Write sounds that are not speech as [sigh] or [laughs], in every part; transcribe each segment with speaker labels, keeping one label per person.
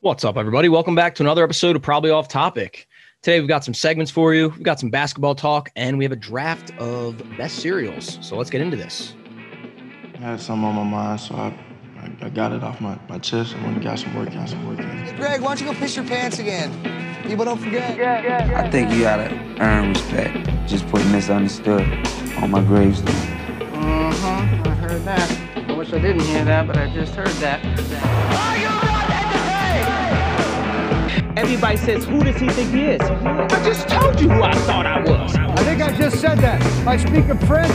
Speaker 1: What's up, everybody? Welcome back to another episode of Probably Off Topic. Today, we've got some segments for you. We've got some basketball talk, and we have a draft of best cereals. So let's get into this.
Speaker 2: I had something on my mind, so I, I, I got it off my, my chest. I went and got some work in, some work in.
Speaker 3: Greg, why don't you go piss your pants again? People don't forget.
Speaker 4: I think you gotta earn respect. Just put misunderstood on my gravestone.
Speaker 5: Mm-hmm. I heard that. I wish I didn't hear that, but I just heard that.
Speaker 6: Everybody says, who does he think he is? I just told you who I thought I was.
Speaker 7: I think I just said that. I speak of French.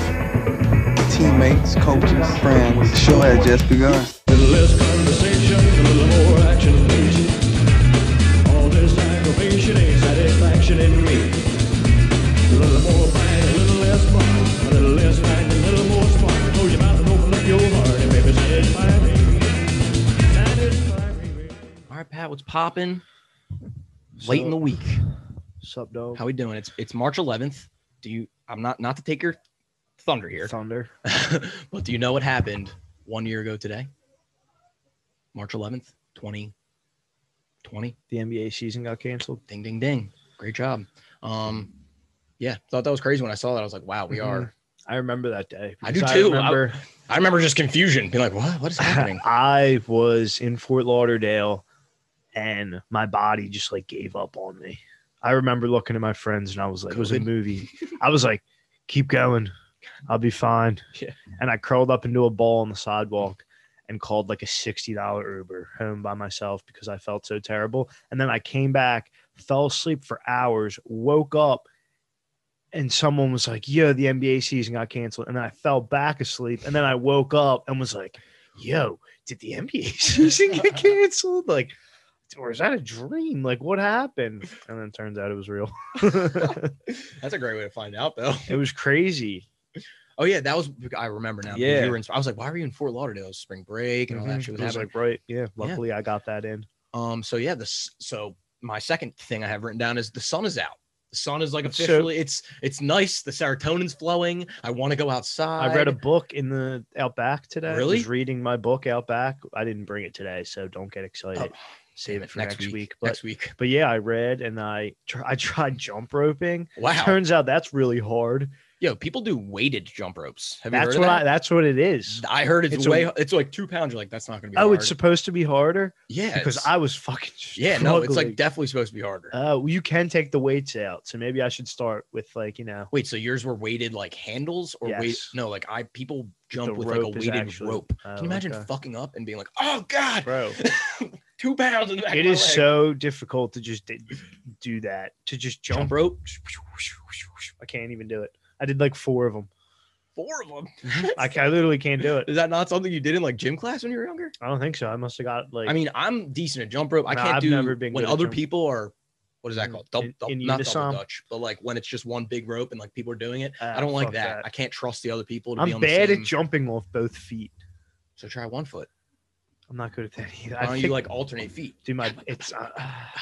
Speaker 3: Teammates, coaches, friends.
Speaker 4: Show had just begun.
Speaker 8: Less conversation, a little more action, please. All this aggravation ain't satisfaction in me. A little more bite, a little less bite, a little less bite, a little more spark. Close your mouth and open up your heart, and baby, satisfy me. Satisfy me.
Speaker 1: All right, Pat, what's popping? Late in the week.
Speaker 9: Sup, dog?
Speaker 1: How we doing? It's it's March 11th. Do you? I'm not not to take your thunder here, [laughs]
Speaker 9: Thunder.
Speaker 1: but do you know what happened one year ago today? March 11th, 2020.
Speaker 9: The NBA season got canceled.
Speaker 1: Ding, ding, ding. Great job. Um, yeah, thought that was crazy when I saw that. I was like, wow,
Speaker 9: Mm-hmm.
Speaker 1: we are.
Speaker 9: Mm. I remember that day.
Speaker 1: I do
Speaker 9: because
Speaker 1: too. I-
Speaker 9: remember
Speaker 1: I remember just confusion, being like, what?
Speaker 9: [laughs]
Speaker 1: What is happening?
Speaker 9: I was in Fort Lauderdale, and my body just like gave up on me. I remember looking at my friends, and I was like, it was a
Speaker 1: COVID.
Speaker 9: movie. I was like, keep going, I'll be fine.
Speaker 1: Yeah.
Speaker 9: And I curled up into a ball on the sidewalk. And called like a sixty dollar Uber home by myself because I felt so terrible. And then I came back, fell asleep for hours, woke up, and someone was like, "Yo, the NBA season got canceled," and then I fell back asleep, and then I woke up and was like, "Yo, did the NBA [laughs] season get canceled?" Like, or is that a dream? Like, what
Speaker 1: [laughs]
Speaker 9: happened? And then it turns out it was real. it
Speaker 1: That's a great way to find out, though.
Speaker 9: was crazy.
Speaker 1: Oh yeah, that was. I remember now. because
Speaker 9: Yeah.
Speaker 1: you were in, I was like, why were you in Fort Lauderdale? It was Spring break and all that
Speaker 9: Mhm.
Speaker 1: shit
Speaker 9: It
Speaker 1: was
Speaker 9: was
Speaker 1: happening.
Speaker 9: like right, yeah. Luckily, I got that in.
Speaker 1: um. So yeah, this. So my second thing I have written down is the sun is out. The sun is like
Speaker 9: So-
Speaker 1: officially. it's it's nice. The serotonin's flowing. I want to go outside.
Speaker 9: I read a book in the Outback today. I
Speaker 1: Really?
Speaker 9: was reading my book Outback. I didn't bring it today, so don't get excited. Save
Speaker 1: Oh, Damn
Speaker 9: it for next, week. But
Speaker 1: next week.
Speaker 9: but yeah, I read and I tr- I tried jump roping.
Speaker 1: Wow.
Speaker 9: Turns out that's really hard.
Speaker 1: Yo, people do weighted jump ropes. Have you
Speaker 9: That's
Speaker 1: heard
Speaker 9: what
Speaker 1: of
Speaker 9: I,
Speaker 1: that?
Speaker 9: that's what it is.
Speaker 1: I, heard it's,
Speaker 9: It's a-
Speaker 1: way. it's like two pounds. You're like, that's not gonna be.
Speaker 9: Oh,
Speaker 1: hard.
Speaker 9: it's supposed to be harder
Speaker 1: yeah.
Speaker 9: because
Speaker 1: it's-
Speaker 9: I was fucking.
Speaker 1: Yeah, no, it's like
Speaker 9: struggling.
Speaker 1: definitely supposed to be harder.
Speaker 9: Uh, well, you can take the weights out, so maybe I should start with like you know.
Speaker 1: Wait, so yours were weighted like handles or weight?
Speaker 9: Yes.
Speaker 1: No, like I people jump
Speaker 9: The
Speaker 1: with like a
Speaker 9: rope is
Speaker 1: weighted
Speaker 9: actually-
Speaker 1: rope.
Speaker 9: Oh,
Speaker 1: Can you imagine
Speaker 9: okay.
Speaker 1: fucking up and being like, oh god, [laughs]
Speaker 9: Bro,
Speaker 1: two pounds in the back
Speaker 9: it
Speaker 1: of my
Speaker 9: is
Speaker 1: leg."
Speaker 9: so difficult to just d- do that. To just jump.
Speaker 1: jump rope,
Speaker 9: I can't even do it. I did like four of them.
Speaker 1: four of them.
Speaker 9: I, ca- I literally can't do it.
Speaker 1: is that not something you did in like gym class when you were younger?
Speaker 9: I don't think so. I must have got like.
Speaker 1: I mean, I'm decent at jump rope. I
Speaker 9: No,
Speaker 1: can't
Speaker 9: I've
Speaker 1: do
Speaker 9: never been
Speaker 1: when
Speaker 9: good at
Speaker 1: other
Speaker 9: jump-
Speaker 1: people are. What is that
Speaker 9: Mm,
Speaker 1: called? Double,
Speaker 9: in- in
Speaker 1: not double
Speaker 9: unison.
Speaker 1: Dutch, but like when it's just one big rope and like people are doing it.
Speaker 9: Ah,
Speaker 1: I don't like
Speaker 9: fuck
Speaker 1: that.
Speaker 9: that.
Speaker 1: I can't trust the other people to be
Speaker 9: I'm
Speaker 1: on
Speaker 9: bad
Speaker 1: the same.
Speaker 9: at jumping off both feet.
Speaker 1: so try one foot.
Speaker 9: I'm not good at that either.
Speaker 1: Why
Speaker 9: I
Speaker 1: don't you
Speaker 9: think-
Speaker 1: like alternate feet?
Speaker 9: do
Speaker 1: [laughs]
Speaker 9: my it's uh, [sighs]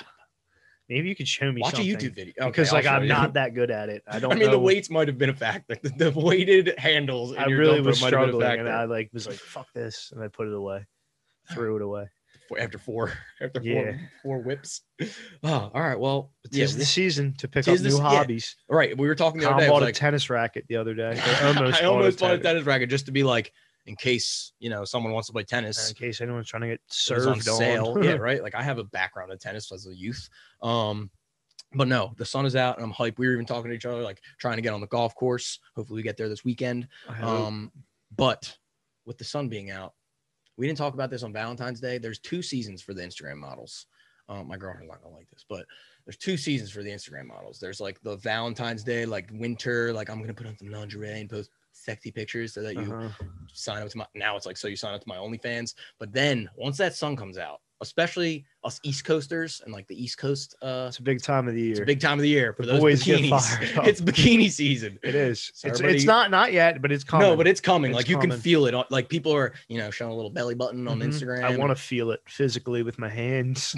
Speaker 9: maybe you could show me
Speaker 1: Watch
Speaker 9: something.
Speaker 1: a YouTube video Okay,
Speaker 9: because
Speaker 1: I'll
Speaker 9: like
Speaker 1: show
Speaker 9: i'm
Speaker 1: you. [laughs]
Speaker 9: not that good at it i don't
Speaker 1: I mean, the
Speaker 9: know-
Speaker 1: weights might have been a factor. The, the weighted handles. in
Speaker 9: i
Speaker 1: your
Speaker 9: really
Speaker 1: dumbbell
Speaker 9: was
Speaker 1: might have been a
Speaker 9: struggling and i
Speaker 1: factor.
Speaker 9: like was like fuck this and i put it away threw it away
Speaker 1: Four- after four, [laughs] after
Speaker 9: Yeah.
Speaker 1: four, four whips. Oh, all right. Well,
Speaker 9: but
Speaker 1: yeah,
Speaker 9: tis the season to pick up
Speaker 1: tis
Speaker 9: new
Speaker 1: the se- yeah.
Speaker 9: hobbies
Speaker 1: all right. We were talking the
Speaker 9: Tom
Speaker 1: other day. I
Speaker 9: bought
Speaker 1: was
Speaker 9: a
Speaker 1: like,
Speaker 9: tennis racket the
Speaker 1: [laughs]
Speaker 9: other day
Speaker 1: I
Speaker 9: Or almost
Speaker 1: almost,
Speaker 9: bought
Speaker 1: bought a tennis racket just to be like, in case you know someone wants to play tennis.
Speaker 9: in case anyone's trying to get
Speaker 1: it was
Speaker 9: served
Speaker 1: on sale.
Speaker 9: [laughs]
Speaker 1: yeah, right. Like I have a background in tennis as a youth. Um, but no, the sun is out and I'm hyped. We were even talking to each other, like trying to get on the golf course. Hopefully, we get there this weekend.
Speaker 9: um,
Speaker 1: Um, but with the sun being out, we didn't talk about this on Valentine's Day. There's two seasons for the Instagram models. Um, my girlfriend's not gonna like this, but there's two seasons for the Instagram models. There's like the Valentine's Day, like winter, like I'm gonna put on some lingerie and post sexy pictures so that you
Speaker 9: Uh-huh.
Speaker 1: sign up to my. Now it's like so you sign up to my OnlyFans, but then once that sun comes out, especially us East Coasters and like the East Coast, uh,
Speaker 9: it's a big time of the year
Speaker 1: it's a big time of the year for
Speaker 9: The
Speaker 1: those
Speaker 9: boys get
Speaker 1: bikinis.
Speaker 9: fired
Speaker 1: [laughs]
Speaker 9: up.
Speaker 1: it's bikini season.
Speaker 9: it is
Speaker 1: So
Speaker 9: it's,
Speaker 1: everybody-
Speaker 9: it's not not yet but it's coming
Speaker 1: No, but it's coming.
Speaker 9: It's
Speaker 1: like you can
Speaker 9: coming.
Speaker 1: feel it. on- Like people are, you know, showing a little belly button on
Speaker 9: Mhm.
Speaker 1: Instagram.
Speaker 9: i want to feel it physically with my hands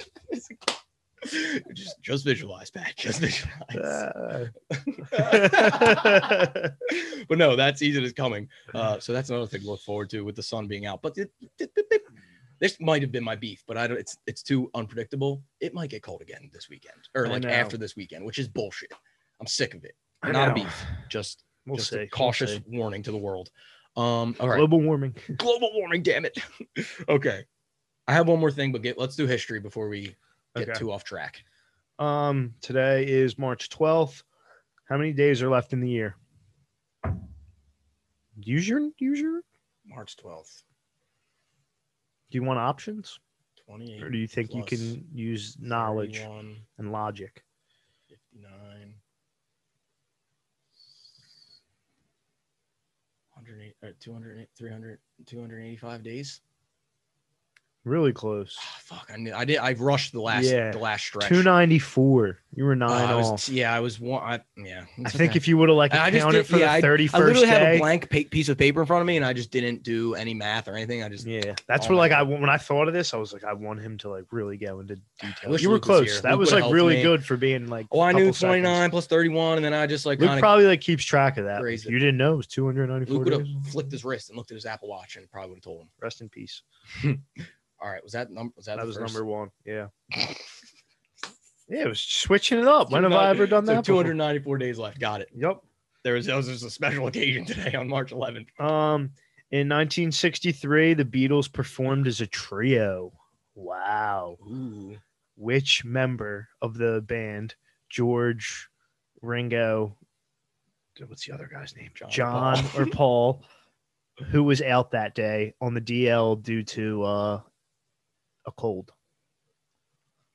Speaker 1: to [laughs] just just visualize, Pat. Just
Speaker 9: [laughs]
Speaker 1: visualize.
Speaker 9: Uh,
Speaker 1: but no, that season is coming. Uh, so that's another thing to look forward to with the sun being out. But it- it- it- it- This might have been my beef, but I don't. It's it's too unpredictable. It might get cold again this weekend, or
Speaker 9: I
Speaker 1: like
Speaker 9: know.
Speaker 1: after this weekend, which is bullshit. I'm sick of it.
Speaker 9: I
Speaker 1: Not a
Speaker 9: know.
Speaker 1: beef. Just
Speaker 9: We'll
Speaker 1: just
Speaker 9: see.
Speaker 1: a
Speaker 9: We'll
Speaker 1: cautious
Speaker 9: see.
Speaker 1: warning to the world. Um, all right,
Speaker 9: Global warming.
Speaker 1: global warming, damn it. [laughs] okay, I have one more thing, but get let's do history before we get
Speaker 9: Okay.
Speaker 1: too off track.
Speaker 9: Um, today is March 12th. How many days are left in the year? Use your use your.
Speaker 1: March 12th,
Speaker 9: Do you want options,
Speaker 1: 28,
Speaker 9: or do you think you
Speaker 1: plus
Speaker 9: can use knowledge
Speaker 1: 31,
Speaker 9: and logic?
Speaker 1: 59, 108, or 208, 300, 285 days.
Speaker 9: Really close.
Speaker 1: Ah, fuck, I knew I did. I rushed the last
Speaker 9: Yeah.
Speaker 1: the last stretch.
Speaker 9: Two ninety four. You were
Speaker 1: Uh,
Speaker 9: nine
Speaker 1: I [laughs]
Speaker 9: off.
Speaker 1: was, yeah, I was one. I, yeah,
Speaker 9: I
Speaker 1: it's
Speaker 9: think
Speaker 1: okay.
Speaker 9: if you would have like
Speaker 1: I just did-
Speaker 9: accounted for
Speaker 1: yeah, I-
Speaker 9: the thirty
Speaker 1: I
Speaker 9: first
Speaker 1: literally had
Speaker 9: day,
Speaker 1: a blank pa- piece of paper in front of me, and I just didn't do any math or anything. I just
Speaker 9: yeah, that's
Speaker 1: Oh
Speaker 9: where
Speaker 1: my
Speaker 9: like I
Speaker 1: God.
Speaker 9: when I thought of this, I was like, I want him to like really go into detail.
Speaker 1: wish
Speaker 9: You were
Speaker 1: Luke was
Speaker 9: close.
Speaker 1: here.
Speaker 9: That
Speaker 1: Luke
Speaker 9: was
Speaker 1: would've
Speaker 9: like
Speaker 1: helped
Speaker 9: really
Speaker 1: me.
Speaker 9: good for being like.
Speaker 1: oh, I knew
Speaker 9: couple seconds.
Speaker 1: twenty nine plus thirty one, and then I just like
Speaker 9: Luke
Speaker 1: kind of
Speaker 9: probably like keeps track of that.
Speaker 1: Crazy.
Speaker 9: If you didn't know it was two hundred ninety
Speaker 1: Luke
Speaker 9: four
Speaker 1: would
Speaker 9: days.
Speaker 1: have flicked his wrist and looked at his Apple Watch and probably would have told him.
Speaker 9: Rest in peace.
Speaker 1: All right, was that number? Was that,
Speaker 9: That
Speaker 1: the
Speaker 9: was
Speaker 1: first?
Speaker 9: number one.
Speaker 1: [laughs]
Speaker 9: Yeah. yeah, it was switching it up. When have I ever done that?
Speaker 1: Two
Speaker 9: before?
Speaker 1: hundred ninety four days left. Got it.
Speaker 9: Yep.
Speaker 1: There was that was just a special occasion [laughs] today on March eleventh.
Speaker 9: Um, in 1963, the Beatles performed as a trio. Wow.
Speaker 1: Ooh,
Speaker 9: Which member of the band, George, Ringo, what's the other guy's name?
Speaker 1: John or
Speaker 9: John
Speaker 1: Paul.
Speaker 9: or Paul,
Speaker 1: [laughs]
Speaker 9: who was out that day on the DL due to uh, a cold?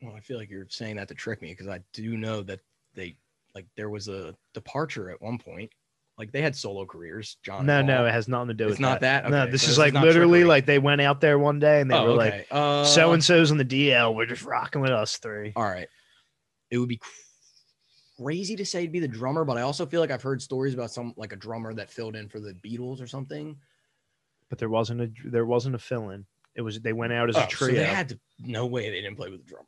Speaker 1: well, I feel like you're saying that to trick me because I do know that they like there was a departure at one point. Like they had solo careers. John. and
Speaker 9: No,
Speaker 1: Paul.
Speaker 9: no, it has nothing to do
Speaker 1: It's
Speaker 9: with
Speaker 1: not that?
Speaker 9: No,
Speaker 1: Okay,
Speaker 9: this
Speaker 1: so
Speaker 9: is
Speaker 1: this
Speaker 9: like
Speaker 1: is not
Speaker 9: literally
Speaker 1: trickery.
Speaker 9: like they went out there one day and they
Speaker 1: Oh,
Speaker 9: were like,
Speaker 1: okay. uh,
Speaker 9: so and so's on the DL. We're just rocking with us three.
Speaker 1: All right. It would be cr- crazy to say it'd be the drummer, but I also feel like I've heard stories about some like a drummer that filled in for the Beatles or something.
Speaker 9: But there wasn't a there wasn't a fill in. It was they went out as
Speaker 1: Oh,
Speaker 9: a
Speaker 1: so
Speaker 9: trio.
Speaker 1: they had to. No way they didn't play with the drummer.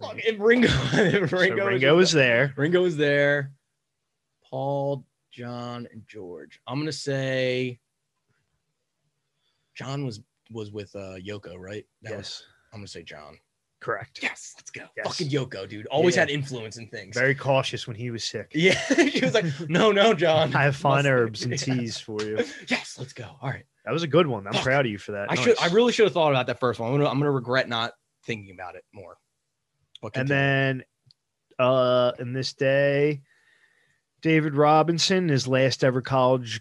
Speaker 1: Fuck, and Ringo. [laughs] Ringo, is-
Speaker 9: So Ringo, was there.
Speaker 1: Ringo is there. Paul, John, and George. I'm gonna say John was was with uh Yoko, right? That was,
Speaker 9: Yes,
Speaker 1: I'm gonna say John.
Speaker 9: correct.
Speaker 1: Yes, let's go.
Speaker 9: Yes.
Speaker 1: Fucking Yoko, dude. Always
Speaker 9: Yeah.
Speaker 1: had influence in things.
Speaker 9: Very cautious when he was sick.
Speaker 1: Yeah, [laughs] she was like, "No, no, John.
Speaker 9: [laughs] I have fine
Speaker 1: Must-
Speaker 9: herbs and
Speaker 1: [laughs] Yeah.
Speaker 9: teas for you.
Speaker 1: Yes, let's go. All right.
Speaker 9: That was a good one. I'm
Speaker 1: Fuck.
Speaker 9: proud of you for that.
Speaker 1: I should. I
Speaker 9: Nice.
Speaker 1: really should have thought about that first one. I'm gonna. I'm gonna regret not thinking about it more. But continue.
Speaker 9: And then, uh, in this day, David Robinson, his last ever college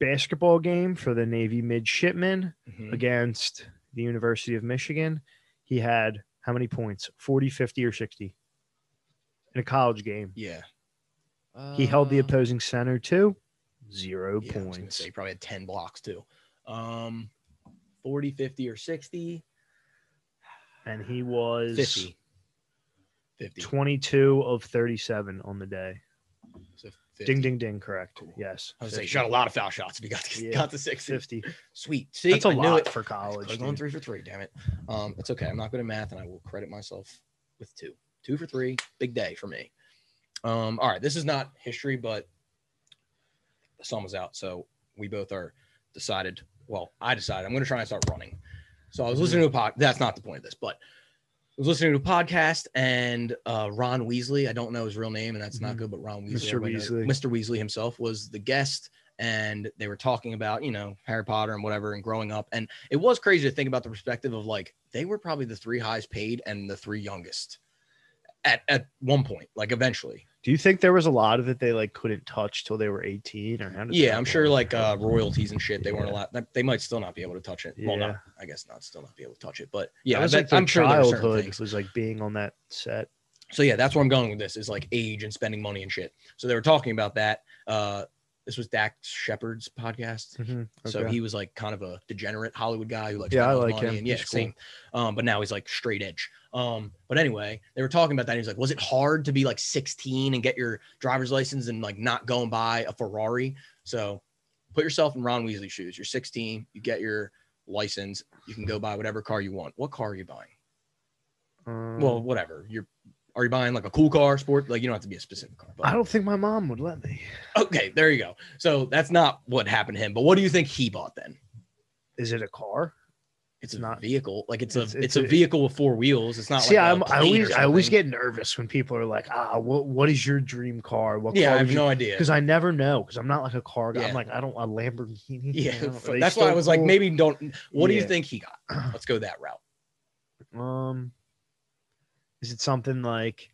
Speaker 9: basketball game for the Navy midshipmen
Speaker 1: Mhm.
Speaker 9: against the University of Michigan, he had how many points? 40, 50, or 60 in a college game.
Speaker 1: yeah,
Speaker 9: He held the
Speaker 1: Uh,
Speaker 9: opposing center to zero
Speaker 1: yeah, I was gonna
Speaker 9: points.
Speaker 1: say he probably had ten blocks too. Um, 40, 50, or 60?
Speaker 9: And he was
Speaker 1: 50. 50.
Speaker 9: 22 of 37 on the day.
Speaker 1: So 50.
Speaker 9: Ding, ding, ding. Correct.
Speaker 1: Cool.
Speaker 9: Yes.
Speaker 1: I was like,
Speaker 9: 50.
Speaker 1: shot a lot of foul shots. If you got to,
Speaker 9: Yeah.
Speaker 1: got to six.
Speaker 9: 50.
Speaker 1: Sweet. See,
Speaker 9: That's a
Speaker 1: I knew
Speaker 9: lot
Speaker 1: it.
Speaker 9: for
Speaker 1: I was
Speaker 9: college. dude.
Speaker 1: going three for three. Damn it. Um, it's okay. I'm not good at math, and I will credit myself with two. Two for three. Big day for me. Um, all right. This is not history, but the sun was out, so we both are decided. Well, I decided I'm going to try and start running. So I was listening to a pod. That's not the point of this, but I was listening to a podcast, and uh, Ron Weasley. I don't know his real name, and that's not
Speaker 9: Mhm.
Speaker 1: good. But Ron Weasley,
Speaker 9: Mr.
Speaker 1: everybody knows-
Speaker 9: Weasley.
Speaker 1: Mr. Weasley himself was the guest and they were talking about you know harry potter and whatever and growing up and it was crazy to think about the perspective of like they were probably the three highest paid and the three youngest at, at one point like eventually
Speaker 9: Do you think there was a lot of it they like couldn't touch till they were 18 or how did
Speaker 1: yeah
Speaker 9: that
Speaker 1: i'm sure
Speaker 9: work?
Speaker 1: like uh royalties and shit they weren't
Speaker 9: Yeah.
Speaker 1: allowed that- they might still not be able to touch it well
Speaker 9: Yeah.
Speaker 1: not i guess not still not be able to touch it but yeah
Speaker 9: That
Speaker 1: I
Speaker 9: was
Speaker 1: bet-
Speaker 9: like their
Speaker 1: i'm sure there were certain
Speaker 9: childhood
Speaker 1: things.
Speaker 9: was like being on that set.
Speaker 1: so yeah, that's where I'm going with this is like age and spending money and shit. So they were talking about that. Uh, this was Dax Shepard's podcast.
Speaker 9: Mhm,
Speaker 1: So
Speaker 9: okay.
Speaker 1: he was like kind of a degenerate Hollywood guy who likes
Speaker 9: Yeah,
Speaker 1: to
Speaker 9: I
Speaker 1: love
Speaker 9: like him.
Speaker 1: And yeah,
Speaker 9: He's cool.
Speaker 1: same. Um, but now he's like straight edge. Um, but anyway, they were talking about that. And he was like, was it hard to be like 16 and get your driver's license and like not go and buy a Ferrari? So put yourself in Ron Weasley's shoes. You're 16, you get your license, you can go buy whatever car you want. What car are you buying?
Speaker 9: Um,
Speaker 1: well, whatever. You're are you buying like a cool car, sport? Like you don't have to be a specific car.
Speaker 9: I
Speaker 1: But,
Speaker 9: don't think my mom would let me.
Speaker 1: okay, there you go. So that's not what happened to him. But what do you think he bought then?
Speaker 9: Is it a car?
Speaker 1: It's,
Speaker 9: It's
Speaker 1: a
Speaker 9: not-
Speaker 1: vehicle. Like it's,
Speaker 9: it's-
Speaker 1: a it's
Speaker 9: it's
Speaker 1: a
Speaker 9: a-
Speaker 1: vehicle with four wheels. It's not
Speaker 9: See,
Speaker 1: like a
Speaker 9: I'm, I
Speaker 1: plane or
Speaker 9: always I always
Speaker 1: something.
Speaker 9: get nervous when people are like, ah, what what is your dream car? What
Speaker 1: yeah,
Speaker 9: car
Speaker 1: I have no idea.
Speaker 9: because I never know because I'm not like a car guy.
Speaker 1: Yeah.
Speaker 9: I'm like I don't a Lamborghini. I
Speaker 1: Yeah, [laughs]
Speaker 9: don't-
Speaker 1: f-
Speaker 9: [laughs] they
Speaker 1: that's why I
Speaker 9: still
Speaker 1: was like,
Speaker 9: pull-
Speaker 1: maybe don't. What do you
Speaker 9: Yeah.
Speaker 1: think he got? Let's go that route.
Speaker 9: Um, is it something like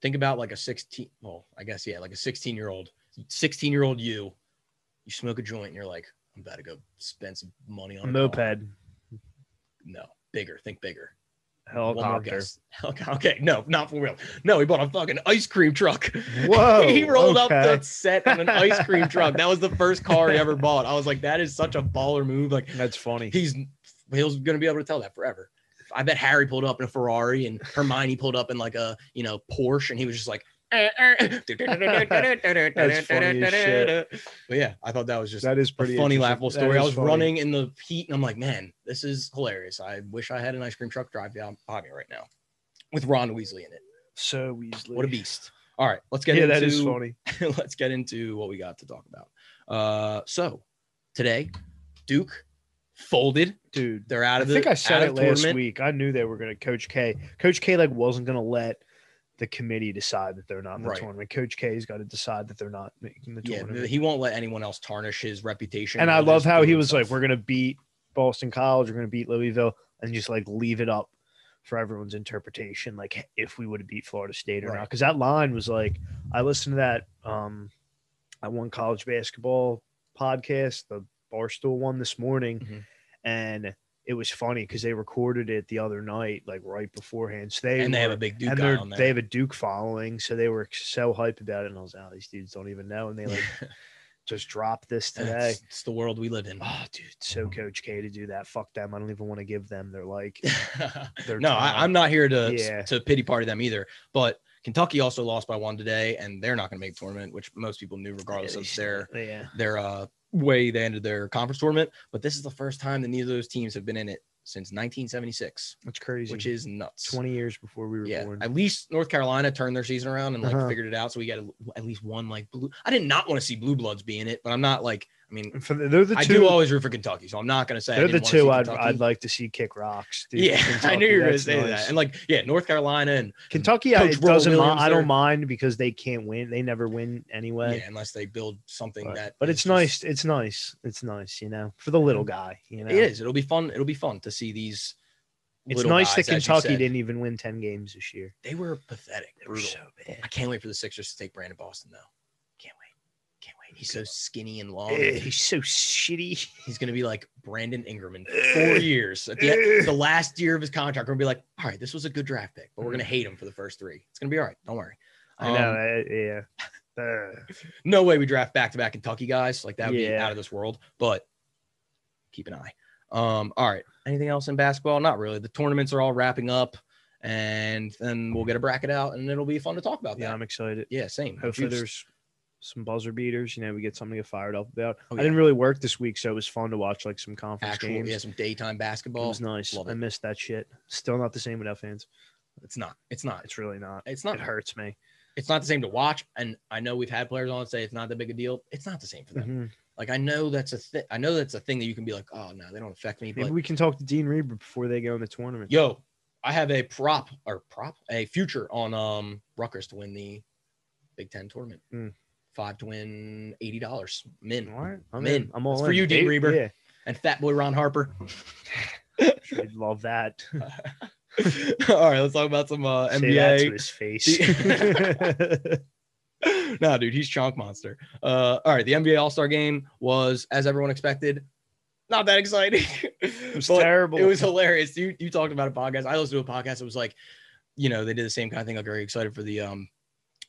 Speaker 1: Think about like a 16. Well, I guess yeah, like a 16 year old, 16 year old you. You smoke a joint and you're like, I'm about to go spend some money
Speaker 9: a
Speaker 1: on a car."
Speaker 9: moped,
Speaker 1: No, bigger. Think bigger. One more
Speaker 9: helicopter?
Speaker 1: guess. [laughs] Okay, okay, no, not for real. No, he bought a fucking ice cream truck. [laughs]
Speaker 9: Whoa,
Speaker 1: he rolled
Speaker 9: okay.
Speaker 1: up the set on an ice cream truck. That was the first car he
Speaker 9: [laughs]
Speaker 1: ever bought. I was like, that is such a baller move. Like
Speaker 9: That's funny.
Speaker 1: he's he's gonna be able to tell that forever. I bet Harry pulled up in a Ferrari and Hermione pulled up in like a you know Porsche, and he was just like. [laughs] "Eh, eh."
Speaker 9: That's funny as shit.
Speaker 1: But yeah, I thought that was just
Speaker 9: that is
Speaker 1: a
Speaker 9: pretty
Speaker 1: funny,
Speaker 9: interesting.
Speaker 1: laughable
Speaker 9: That
Speaker 1: story. I
Speaker 9: is
Speaker 1: was
Speaker 9: funny.
Speaker 1: running in the heat, and I'm like, man, this is hilarious. I wish I had an ice cream truck drive down by me right now with Ron Weasley in it.
Speaker 9: so easily.
Speaker 1: What a beast! All right, let's get
Speaker 9: Yeah,
Speaker 1: into
Speaker 9: that is funny.
Speaker 1: [laughs] let's get into what we got to talk about. Uh, so today, Duke folded.
Speaker 9: Dude,
Speaker 1: They're out
Speaker 9: I
Speaker 1: of the.
Speaker 9: think I said
Speaker 1: out
Speaker 9: it
Speaker 1: of
Speaker 9: last
Speaker 1: tournament.
Speaker 9: week. I knew they were going to Coach K. Coach K like wasn't going to let the committee decide that they're not in the
Speaker 1: Right.
Speaker 9: tournament. Coach K's got to decide that they're not making the
Speaker 1: Yeah,
Speaker 9: tournament.
Speaker 1: he won't let anyone else tarnish his reputation.
Speaker 9: and I
Speaker 1: He'll
Speaker 9: love
Speaker 1: just
Speaker 9: how
Speaker 1: do it
Speaker 9: he was like,
Speaker 1: himself.
Speaker 9: "We're going to beat Boston College. We're going to beat Louisville," and just like leave it up for everyone's interpretation, like if we would have beat Florida State or
Speaker 1: Right.
Speaker 9: not. Because that line was like, I listened to that. Um, I won college basketball podcast, the Barstool one this morning,
Speaker 1: Mhm.
Speaker 9: and it was funny because they recorded it the other night, like right beforehand. So they
Speaker 1: and they have
Speaker 9: were-
Speaker 1: a big Duke
Speaker 9: and
Speaker 1: guy
Speaker 9: they're,
Speaker 1: on there.
Speaker 9: they
Speaker 1: [laughs]
Speaker 9: have a Duke following, so they were so hyped about it. And I was, oh, these dudes don't even know, and
Speaker 1: [laughs]
Speaker 9: they like just dropped this today.
Speaker 1: It's, it's the world we live in.
Speaker 9: Oh, dude, so Coach K to do that. Fuck them. I don't even want to give them. They're like, their
Speaker 1: no,
Speaker 9: time.
Speaker 1: I, I'm not here to
Speaker 9: Oh, Yeah.
Speaker 1: to pity party them either. But Kentucky also lost by one today, and they're not going to make the tournament, which most people knew, [laughs] regardless of their
Speaker 9: yeah,
Speaker 1: their uh, way they ended their conference tournament. But this is the first time that neither of those teams have been in it since 1976,
Speaker 9: that's crazy.
Speaker 1: which is nuts.
Speaker 9: 20 years before we were
Speaker 1: yeah,
Speaker 9: born.
Speaker 1: at least North Carolina turned their season around and like
Speaker 9: Uh-huh.
Speaker 1: figured it out. So we got at least one like blue. I did not want to see blue bloods be in it, but I'm not like I mean
Speaker 9: And for the- they're the
Speaker 1: I
Speaker 9: two.
Speaker 1: do always root for Kentucky, so I'm not going to say I
Speaker 9: they're the
Speaker 1: didn't wanna see
Speaker 9: two I'd,
Speaker 1: Kentucky.
Speaker 9: I'd like to see kick rocks. Dude,
Speaker 1: yeah, [laughs] I knew you were going to
Speaker 9: that's
Speaker 1: say
Speaker 9: nice.
Speaker 1: that. And like, yeah, North Carolina and
Speaker 9: Kentucky, I,
Speaker 1: Coach
Speaker 9: it
Speaker 1: Roy
Speaker 9: doesn't. mi-
Speaker 1: Williams
Speaker 9: I
Speaker 1: there.
Speaker 9: don't mind because they can't win. They never win anyway.
Speaker 1: yeah, unless they build something
Speaker 9: but,
Speaker 1: that.
Speaker 9: but
Speaker 1: is
Speaker 9: it's
Speaker 1: just-
Speaker 9: nice. It's nice. It's nice. You know, for the little guy. You know,
Speaker 1: It is. It'll be fun. It'll be fun to see these.
Speaker 9: It's
Speaker 1: little
Speaker 9: nice
Speaker 1: guys,
Speaker 9: that
Speaker 1: as you
Speaker 9: Kentucky
Speaker 1: said.
Speaker 9: didn't even win 10 games this year.
Speaker 1: They were pathetic.
Speaker 9: They were
Speaker 1: Brutal.
Speaker 9: so bad.
Speaker 1: I can't wait for the Sixers to take Brandon Boston though. Can't wait. Can't wait. He's so skinny and long.
Speaker 9: Ugh, he's so shitty.
Speaker 1: He's gonna be like Brandon Ingram in
Speaker 9: Eh.
Speaker 1: four years. At the, the last year of his contract, we're gonna be like, all right, this was a good draft pick, but we're gonna hate him for the first three. It's gonna be all right. Don't worry.
Speaker 9: Mm-hmm. I
Speaker 1: Um,
Speaker 9: know. uh, yeah. Ugh.
Speaker 1: no way we draft back to back Kentucky guys. Like that would be
Speaker 9: Yeah.
Speaker 1: out of this world. But keep an eye. Um, all right. Anything else in basketball? Not really. The tournaments are all wrapping up, and then we'll get a bracket out, and it'll be fun to talk about
Speaker 9: yeah,
Speaker 1: that.
Speaker 9: I'm excited.
Speaker 1: Yeah, same.
Speaker 9: Hopefully,
Speaker 1: Juiced.
Speaker 9: there's some buzzer beaters. You know, we get something to get fired up about.
Speaker 1: Oh,
Speaker 9: I didn't really work this week, so it was fun to watch like some conference
Speaker 1: actual
Speaker 9: games.
Speaker 1: yeah some daytime
Speaker 9: it
Speaker 1: basketball.
Speaker 9: was nice.
Speaker 1: love
Speaker 9: I
Speaker 1: it.
Speaker 9: missed that shit. Still not the same without fans.
Speaker 1: It's not. It's not.
Speaker 9: It's really not.
Speaker 1: It's not.
Speaker 9: It hurts me.
Speaker 1: It's not the same to watch. And I know we've had players on that say it's not that big a deal. It's not the same for them.
Speaker 9: Mhm.
Speaker 1: Like I know that's a thing. I know that's a thing that you can be like, oh no, they don't affect me.
Speaker 9: Maybe
Speaker 1: But
Speaker 9: we can talk to Dean Reber before they go in the tournament.
Speaker 1: yo, I have a prop or prop a future on um Rutgers to win the Big Ten tournament.
Speaker 9: Mm.
Speaker 1: Five to win eighty dollars min
Speaker 9: All right, I'm
Speaker 1: Man,
Speaker 9: in. I'm all
Speaker 1: it's
Speaker 9: in.
Speaker 1: for you, Dean
Speaker 9: They-
Speaker 1: Reber.
Speaker 9: Yeah,
Speaker 1: and Fat Boy Ron Harper. [laughs]
Speaker 9: I'd love that. Say
Speaker 1: All right, let's talk about some uh,
Speaker 9: that
Speaker 1: NBA.
Speaker 9: to
Speaker 1: [laughs]
Speaker 9: his face.
Speaker 1: no, dude, he's chunk monster. Uh, all right, the NBA All Star Game was, as everyone expected, not that exciting.
Speaker 9: [laughs]
Speaker 1: [laughs]
Speaker 9: it was
Speaker 1: But
Speaker 9: terrible.
Speaker 1: It was hilarious. You you talked about a podcast. I listened to a podcast. It was like, you know, they did the same kind of thing. Like, very excited for the um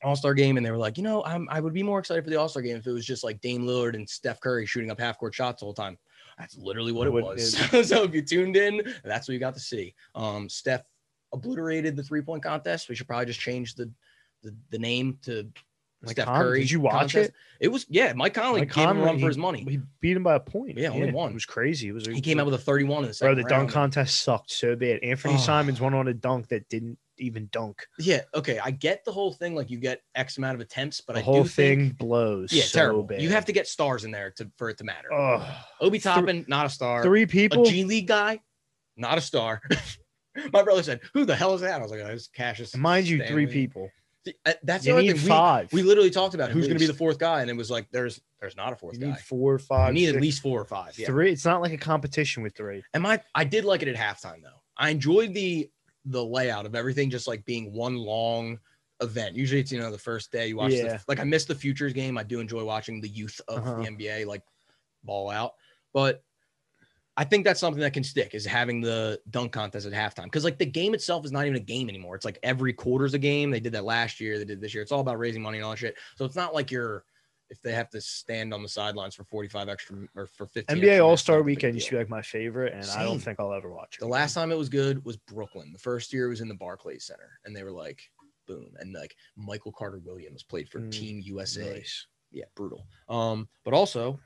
Speaker 1: All Star Game, and they were like, you know, I'm, I would be more excited for the All Star Game if it was just like Dame Lillard and Steph Curry shooting up half court shots the whole time. That's literally what it
Speaker 9: What it
Speaker 1: was. [laughs] so if you tuned in, that's what you got to see. Um, Steph obliterated the three point contest. We should probably just change the the, the name to
Speaker 9: Like,
Speaker 1: Steph
Speaker 9: Con-
Speaker 1: Curry.
Speaker 9: Did you watch
Speaker 1: contest.
Speaker 9: it?
Speaker 1: It was yeah. Mike Conley
Speaker 9: Mike
Speaker 1: gave him a run
Speaker 9: Conley,
Speaker 1: for his money.
Speaker 9: He beat him by a point.
Speaker 1: Yeah, only one.
Speaker 9: It was crazy. It was.
Speaker 1: He came out with a 31 in the
Speaker 9: Bro,
Speaker 1: second
Speaker 9: the dunk
Speaker 1: round.
Speaker 9: contest sucked so bad. Anthony
Speaker 1: Oh.
Speaker 9: Simons went on a dunk that didn't even dunk.
Speaker 1: Yeah, okay. I get the whole thing, like you get X amount of attempts, but
Speaker 9: The
Speaker 1: I
Speaker 9: whole
Speaker 1: do
Speaker 9: thing
Speaker 1: think,
Speaker 9: blows.
Speaker 1: yeah,
Speaker 9: so
Speaker 1: terrible.
Speaker 9: Bad.
Speaker 1: You have to get stars in there to for it to matter.
Speaker 9: Ugh.
Speaker 1: Obi Toppin, not a star.
Speaker 9: three
Speaker 1: a
Speaker 9: people.
Speaker 1: G League guy, not a star. [laughs] My brother said, "Who the hell is that?" I was like, "Oh, "It's Cassius."
Speaker 9: And mind you, three
Speaker 1: Stanley."
Speaker 9: people.
Speaker 1: Th- uh, That's the
Speaker 9: You
Speaker 1: other
Speaker 9: need
Speaker 1: thing. We-
Speaker 9: five.
Speaker 1: We, literally talked about
Speaker 9: At
Speaker 1: who's going to be
Speaker 9: least.
Speaker 1: the fourth guy, and it was like, "There's, there's not a fourth
Speaker 9: you need
Speaker 1: guy.
Speaker 9: four,
Speaker 1: I
Speaker 9: five,
Speaker 1: need at
Speaker 9: six,
Speaker 1: least four or five. Yeah.
Speaker 9: three. It's not like a competition with three.
Speaker 1: And my, I did like it at halftime though. I enjoyed the the layout of everything, just like being one long event. Usually, it's you know the first day you watch.
Speaker 9: Yeah.
Speaker 1: The, like I missed the futures game. I do enjoy watching the youth of
Speaker 9: Uh-huh.
Speaker 1: the NBA like ball out, but I think that's something that can stick is having the dunk contest at halftime because like the game itself is not even a game anymore. It's like every quarter's a game. They did that last year. They did this year. It's all about raising money and all that shit. So it's not like you're if they have to stand on the sidelines for 45 extra or for 15 extra minutes,
Speaker 9: NBA All Star
Speaker 1: not a big
Speaker 9: Weekend used
Speaker 1: deal.
Speaker 9: to be like my favorite, and I don't
Speaker 1: Same.
Speaker 9: think I'll ever watch it.
Speaker 1: The last time it was good was Brooklyn. The first year it was in the Barclays Center, and they were like, boom. And like Michael Carter Williams played for
Speaker 9: Mm,
Speaker 1: Team USA.
Speaker 9: Nice.
Speaker 1: Yeah, brutal. Um, but also,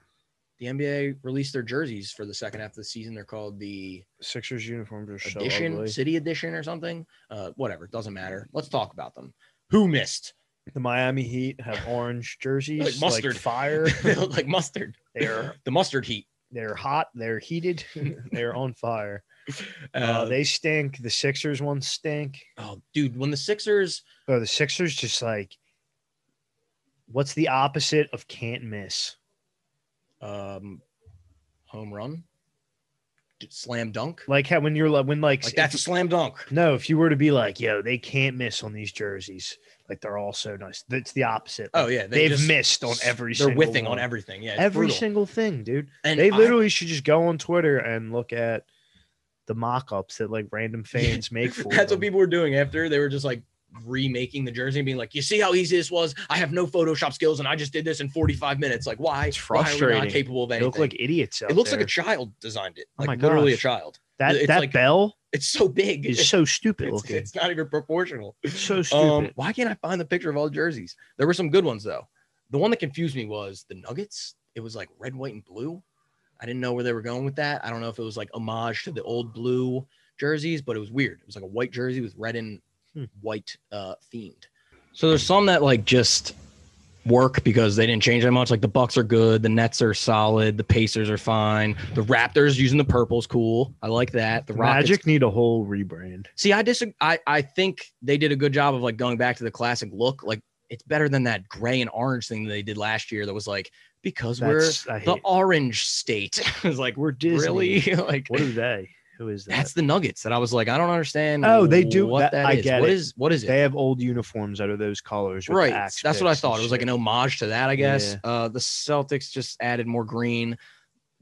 Speaker 1: the NBA released their jerseys for the second half of the season. They're called the
Speaker 9: Sixers uniforms are so
Speaker 1: Edition,
Speaker 9: ugly.
Speaker 1: City Edition, or something. Uh, whatever, it doesn't matter. Let's talk about them. Who missed? [laughs]
Speaker 9: The Miami Heat have orange jerseys,
Speaker 1: Like
Speaker 9: like
Speaker 1: mustard. [laughs]
Speaker 9: fire.
Speaker 1: they look like mustard.
Speaker 9: They're
Speaker 1: The mustard heat.
Speaker 9: they're hot. They're heated. [laughs] they're on fire.
Speaker 1: Uh,
Speaker 9: Uh, they stink. The Sixers one stink.
Speaker 1: oh, dude, when the Sixers
Speaker 9: Oh, the Sixers just like. What's the opposite of can't miss?
Speaker 1: um, home run, slam dunk.
Speaker 9: Like how when you're like when like,
Speaker 1: Like that's a slam dunk.
Speaker 9: no, if you were to be like, yo, they can't miss on these jerseys. Like they're all so nice. That's the opposite.
Speaker 1: Oh yeah,
Speaker 9: they
Speaker 1: they
Speaker 9: have
Speaker 1: just-
Speaker 9: missed on every.
Speaker 1: They're
Speaker 9: single
Speaker 1: whiffing
Speaker 9: one.
Speaker 1: on everything. Yeah, it's
Speaker 9: every
Speaker 1: brutal.
Speaker 9: single thing, dude.
Speaker 1: And
Speaker 9: they
Speaker 1: I- [laughs]
Speaker 9: literally should just go on Twitter and look at the mock-ups that like
Speaker 1: [laughs]
Speaker 9: random fans make for
Speaker 1: that's
Speaker 9: them.
Speaker 1: what people were doing after they were just like remaking the jersey and being like, "You see how easy this was? I have no Photoshop skills, and I just did this in 45 minutes. Like, why?
Speaker 9: It's
Speaker 1: Why are we
Speaker 9: frustrating.
Speaker 1: not capable of
Speaker 9: They
Speaker 1: anything?
Speaker 9: look like idiots. Out
Speaker 1: it looks like
Speaker 9: there.
Speaker 1: a child designed it.
Speaker 9: Oh
Speaker 1: Like
Speaker 9: my
Speaker 1: literally a
Speaker 9: gosh.
Speaker 1: child.
Speaker 9: that
Speaker 1: it's
Speaker 9: that
Speaker 1: like- [laughs]
Speaker 9: bell
Speaker 1: It's so big.
Speaker 9: is so
Speaker 1: [laughs]
Speaker 9: stupid
Speaker 1: it's,
Speaker 9: looking.
Speaker 1: it's not even proportional.
Speaker 9: so stupid.
Speaker 1: Um, why can't I find the picture of all the jerseys? There were some good ones though. The one that confused me was the Nuggets. It was like red, white, and blue. I didn't know where they were going with that. I don't know if it was like homage to the old blue jerseys, but it was weird. It was like a white jersey with red and
Speaker 9: Hmm.
Speaker 1: white uh, themed. So there's some that like just work because they didn't change that much. Like the Bucks are good, the Nets are solid, the Pacers are fine, the Raptors using the purple is cool. I like that. The
Speaker 9: The
Speaker 1: Rockets
Speaker 9: Magic need a whole rebrand.
Speaker 1: See, I disagree. I, I think they did a good job of like going back to the classic look. Like it's better than that gray and orange thing they did last year that was like, because
Speaker 9: That's I
Speaker 1: we're the
Speaker 9: hate.
Speaker 1: orange state. [laughs] it was like,
Speaker 9: We're Disney.
Speaker 1: really? [laughs] like
Speaker 9: What are they? Who is that?
Speaker 1: that's the nuggets that I was like, I don't understand.
Speaker 9: Oh, they do-
Speaker 1: what
Speaker 9: that-
Speaker 1: that is.
Speaker 9: I get
Speaker 1: What
Speaker 9: it.
Speaker 1: is what is it?
Speaker 9: they have old uniforms that are those colors. With
Speaker 1: right.
Speaker 9: axe
Speaker 1: That's what I
Speaker 9: picks and
Speaker 1: thought. It was like
Speaker 9: shit.
Speaker 1: an homage to that, I guess.
Speaker 9: Yeah.
Speaker 1: Uh the Celtics just added more green,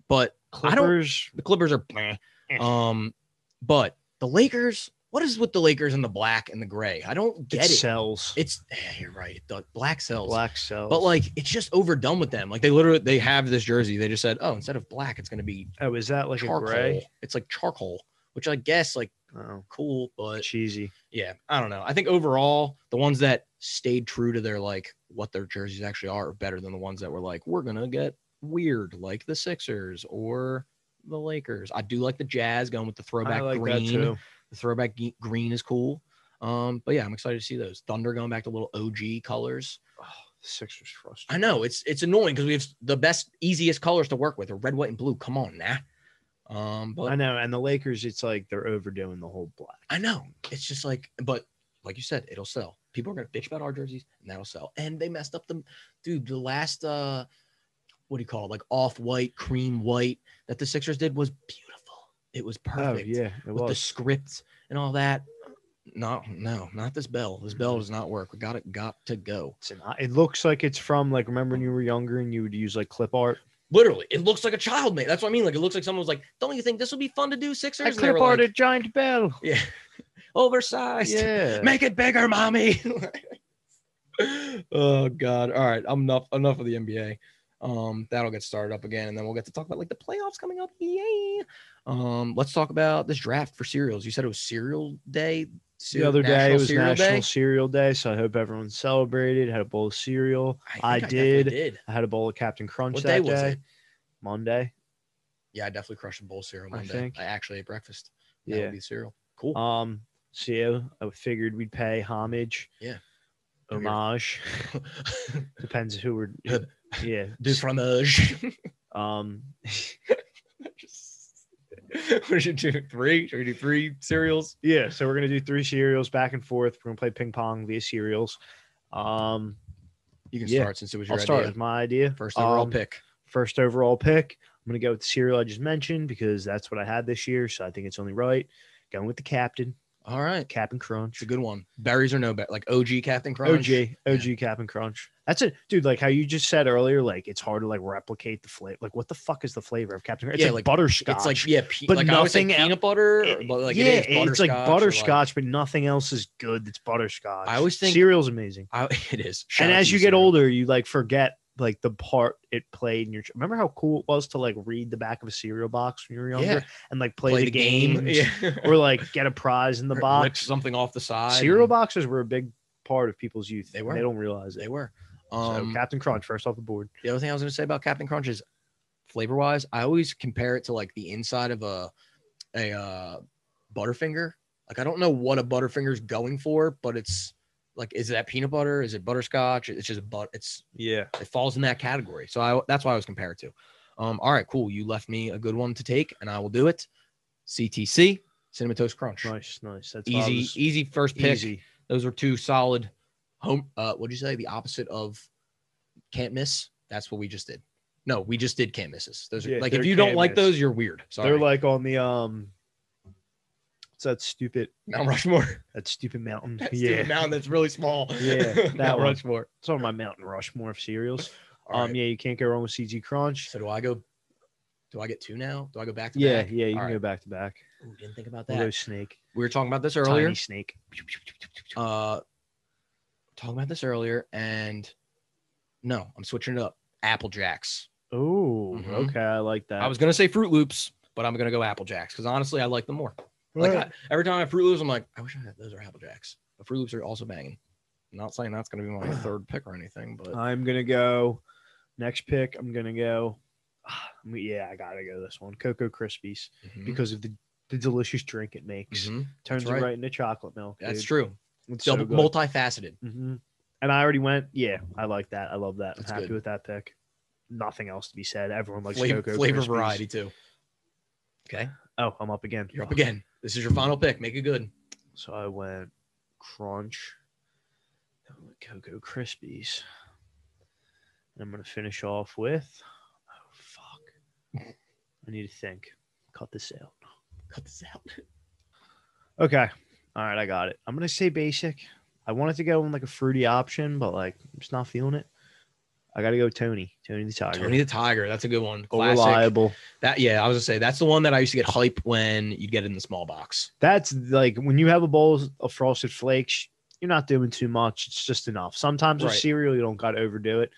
Speaker 1: but I don't
Speaker 9: Clippers.
Speaker 1: the Clippers are, meh.
Speaker 9: Eh.
Speaker 1: um, but the Lakers. What is with the Lakers and the black and the gray? I don't
Speaker 9: It
Speaker 1: get it.
Speaker 9: sells.
Speaker 1: It's yeah, you're right. It does. Black sells.
Speaker 9: black sells.
Speaker 1: But like it's just overdone with them. Like they literally they have this jersey. They just said, oh, instead of black, it's gonna be
Speaker 9: oh, is that like
Speaker 1: charcoal.
Speaker 9: a gray?
Speaker 1: It's like charcoal, which I guess like
Speaker 9: Oh,
Speaker 1: cool, but
Speaker 9: cheesy.
Speaker 1: yeah, I don't know. I think overall the ones that stayed true to their like what their jerseys actually are are better than the ones that were like, we're gonna get weird, like the Sixers or the Lakers. I do like the Jazz going with the throwback
Speaker 9: I like
Speaker 1: green.
Speaker 9: that too.
Speaker 1: The throwback ge- green is cool. Um, but yeah, I'm excited to see those. Thunder going back to little OG colors.
Speaker 9: Oh, the Sixers frustrating.
Speaker 1: I know it's it's annoying because we have the best, easiest colors to work with are red, white, and blue. Come on, nah. Um, but
Speaker 9: I know, and the Lakers, it's like they're overdoing the whole black.
Speaker 1: I know it's just like, but like you said, it'll sell. People are gonna bitch about our jerseys, and that'll sell. And they messed up the dude. The last uh, what do you call it? Like off white, cream white that the Sixers did was beautiful. It was perfect
Speaker 9: Oh yeah, it
Speaker 1: with the
Speaker 9: was.
Speaker 1: script and all that. No, no, not this bell. This bell does not work. We got it. Got to go.
Speaker 9: It's an- it looks like it's from like remember when you were younger and you would use like clip art.
Speaker 1: Literally, it looks like a child made. That's what I mean. Like it looks like someone was like, "Don't you think this would be fun to do, Sixers?" And they were like,
Speaker 9: giant bell.
Speaker 1: [laughs] yeah, [laughs] oversized.
Speaker 9: Yeah,
Speaker 1: Make it bigger, mommy. [laughs] oh God! All right, I'm enough. Enough of the NBA. Um, that'll get started up again, and then we'll get to talk about like the playoffs coming up. Yay! Um, let's talk about this draft for cereals. You said it was cereal day.
Speaker 9: the
Speaker 1: Cere-
Speaker 9: other day it
Speaker 1: National
Speaker 9: was National Cereal Day, so I hope everyone celebrated. Had a bowl of cereal.
Speaker 1: think
Speaker 9: I,
Speaker 1: definitely
Speaker 9: did. I had a bowl of Captain Crunch
Speaker 1: What
Speaker 9: that
Speaker 1: day was it?
Speaker 9: Monday.
Speaker 1: Yeah, I definitely crushed a bowl of cereal
Speaker 9: I
Speaker 1: Monday. I,
Speaker 9: think.
Speaker 1: actually ate breakfast. That
Speaker 9: Yeah.
Speaker 1: would be cereal. Cool.
Speaker 9: Um. So yeah, I figured we'd pay homage.
Speaker 1: Yeah.
Speaker 9: Homage
Speaker 1: [laughs]
Speaker 9: depends who we're.
Speaker 1: Yep.
Speaker 9: Yeah.
Speaker 1: [laughs] Du fromage.
Speaker 9: Um.
Speaker 1: we should do three. Should we do three cereals?
Speaker 9: Yeah, so we're gonna do three cereals back and forth. We're gonna play ping pong via cereals. Um,
Speaker 1: You can
Speaker 9: Yeah.
Speaker 1: start since it was your
Speaker 9: I'll start
Speaker 1: idea.
Speaker 9: with my idea.
Speaker 1: First overall
Speaker 9: Um,
Speaker 1: pick.
Speaker 9: First overall pick. I'm gonna go with the cereal I just mentioned because that's what I had this year, so I think it's only right. Going with the captain,
Speaker 1: All right.
Speaker 9: Captain Crunch.
Speaker 1: It's a good one. Berries or no berries? Like OG Captain Crunch.
Speaker 9: OG, OG Captain Crunch. That's it, dude. Like how you just said earlier, like it's hard to like replicate the flavor. Like what the fuck is the flavor of Captain Crunch? It's
Speaker 1: Yeah,
Speaker 9: like,
Speaker 1: like-
Speaker 9: butterscotch.
Speaker 1: It's like yeah, pe-
Speaker 9: but
Speaker 1: like I would say
Speaker 9: nothing el-
Speaker 1: peanut butter.
Speaker 9: It-
Speaker 1: but like it
Speaker 9: yeah,
Speaker 1: is
Speaker 9: it's like
Speaker 1: or,
Speaker 9: butterscotch, but nothing else is good. That's butterscotch.
Speaker 1: I always think-
Speaker 9: cereal's amazing.
Speaker 1: I, it is. Shout
Speaker 9: and
Speaker 1: out
Speaker 9: as
Speaker 1: to
Speaker 9: you get
Speaker 1: Sarah.
Speaker 9: older, you like forget like the part it played in your. ch- Remember how cool it was to like read the back of a cereal box when you were younger
Speaker 1: Yeah.
Speaker 9: and like play, the,
Speaker 1: [laughs]
Speaker 9: game,
Speaker 1: Yeah.
Speaker 9: or like get a prize in the
Speaker 1: Rip
Speaker 9: box.
Speaker 1: something off the side.
Speaker 9: Cereal
Speaker 1: and-
Speaker 9: boxes were a big part of people's youth.
Speaker 1: They
Speaker 9: and
Speaker 1: were.
Speaker 9: They don't realize
Speaker 1: They
Speaker 9: it.
Speaker 1: were.
Speaker 9: so
Speaker 1: Um,
Speaker 9: Captain Crunch first off the board.
Speaker 1: the other thing I was going to say about Captain Crunch is flavor wise, I always compare it to like the inside of a a uh, Butterfinger. Like I don't know what a Butterfinger's going for, but it's like is that peanut butter? Is it butterscotch? It's just but it's
Speaker 9: Yeah.
Speaker 1: it falls in that category. So I that's why I was compared to. Um, all right, cool. You left me a good one to take, and I will do it. CTC Cinnamon Toast Crunch.
Speaker 9: Nice, nice. That's what I
Speaker 1: Easy,
Speaker 9: was-
Speaker 1: easy first pick.
Speaker 9: easy.
Speaker 1: Those are two solid home. Uh, what'd you say? The opposite of can't miss. That's what we just did. No, we just did can't misses. Those are
Speaker 9: Yeah,
Speaker 1: like if
Speaker 9: they're
Speaker 1: you don't
Speaker 9: can't
Speaker 1: like
Speaker 9: miss.
Speaker 1: those, you're weird. Sorry,
Speaker 9: They're like on the um. It's that stupid,
Speaker 1: Mount
Speaker 9: [laughs]
Speaker 1: Rushmore.
Speaker 9: that stupid mountain.
Speaker 1: That's
Speaker 9: yeah,
Speaker 1: yeah, mountain that's really small.
Speaker 9: Yeah,
Speaker 1: [laughs]
Speaker 9: that
Speaker 1: Mount
Speaker 9: one.
Speaker 1: Rushmore.
Speaker 9: it's on my mountain Rushmore of cereals.
Speaker 1: All
Speaker 9: um,
Speaker 1: right.
Speaker 9: yeah, you can't go wrong with CG Crunch.
Speaker 1: So do I go? Do I get two now? Do I go back to
Speaker 9: Yeah,
Speaker 1: back?
Speaker 9: yeah, you
Speaker 1: All
Speaker 9: can go
Speaker 1: right.
Speaker 9: back to back.
Speaker 1: Ooh, didn't think about
Speaker 9: We'll
Speaker 1: that.
Speaker 9: go snake.
Speaker 1: We were talking about this
Speaker 9: Earlier?
Speaker 1: earlier.
Speaker 9: Tiny snake.
Speaker 1: uh talking about this earlier and no i'm switching it up apple jacks
Speaker 9: Oh,
Speaker 1: Mhm.
Speaker 9: okay, I like that.
Speaker 1: i was gonna say fruit loops but i'm gonna go apple jacks because honestly i like them more like
Speaker 9: Right.
Speaker 1: I, every time i have fruit loops i'm like i wish i had those are apple jacks but fruit loops are also banging I'm not saying that's gonna be
Speaker 9: [sighs]
Speaker 1: my third pick or anything but
Speaker 9: I'm gonna go next pick. I'm gonna go. [sighs] I'm- Yeah, I gotta go this one, Cocoa Krispies,
Speaker 1: Mhm,
Speaker 9: because of the, the delicious drink it makes.
Speaker 1: mhm,
Speaker 9: Turns
Speaker 1: that's
Speaker 9: it
Speaker 1: right.
Speaker 9: right into chocolate milk.
Speaker 1: that's
Speaker 9: dude.
Speaker 1: true
Speaker 9: It's so
Speaker 1: double
Speaker 9: good.
Speaker 1: multifaceted
Speaker 9: Mhm. And I already went. Yeah, I like that. I love that.
Speaker 1: That's
Speaker 9: I'm happy
Speaker 1: good.
Speaker 9: with that pick. Nothing else to be said. Everyone likes
Speaker 1: flavor,
Speaker 9: Cocoa
Speaker 1: flavor
Speaker 9: Krispies.
Speaker 1: variety too okay
Speaker 9: Oh, I'm up again.
Speaker 1: you're up again this is your final pick make it good
Speaker 9: So I went Crunch, then I went Cocoa Krispies. And I'm going to finish off with. Oh, fuck. I need to think. Cut this out.
Speaker 1: cut this out
Speaker 9: Okay. All right. I got it. I'm going to say basic. I wanted to go on like a fruity option, but like, I'm just not feeling it. I got to go Tony. Tony the Tiger.
Speaker 1: tony the tiger that's a good one
Speaker 9: Go
Speaker 1: Classic.
Speaker 9: reliable.
Speaker 1: That yeah, I was gonna say that's the one that I used to get hype when you'd get it in the small box.
Speaker 9: That's like when you have a bowl of frosted flakes, you're not doing too much. It's just enough. Sometimes with
Speaker 1: Right.
Speaker 9: cereal, you don't got to overdo it.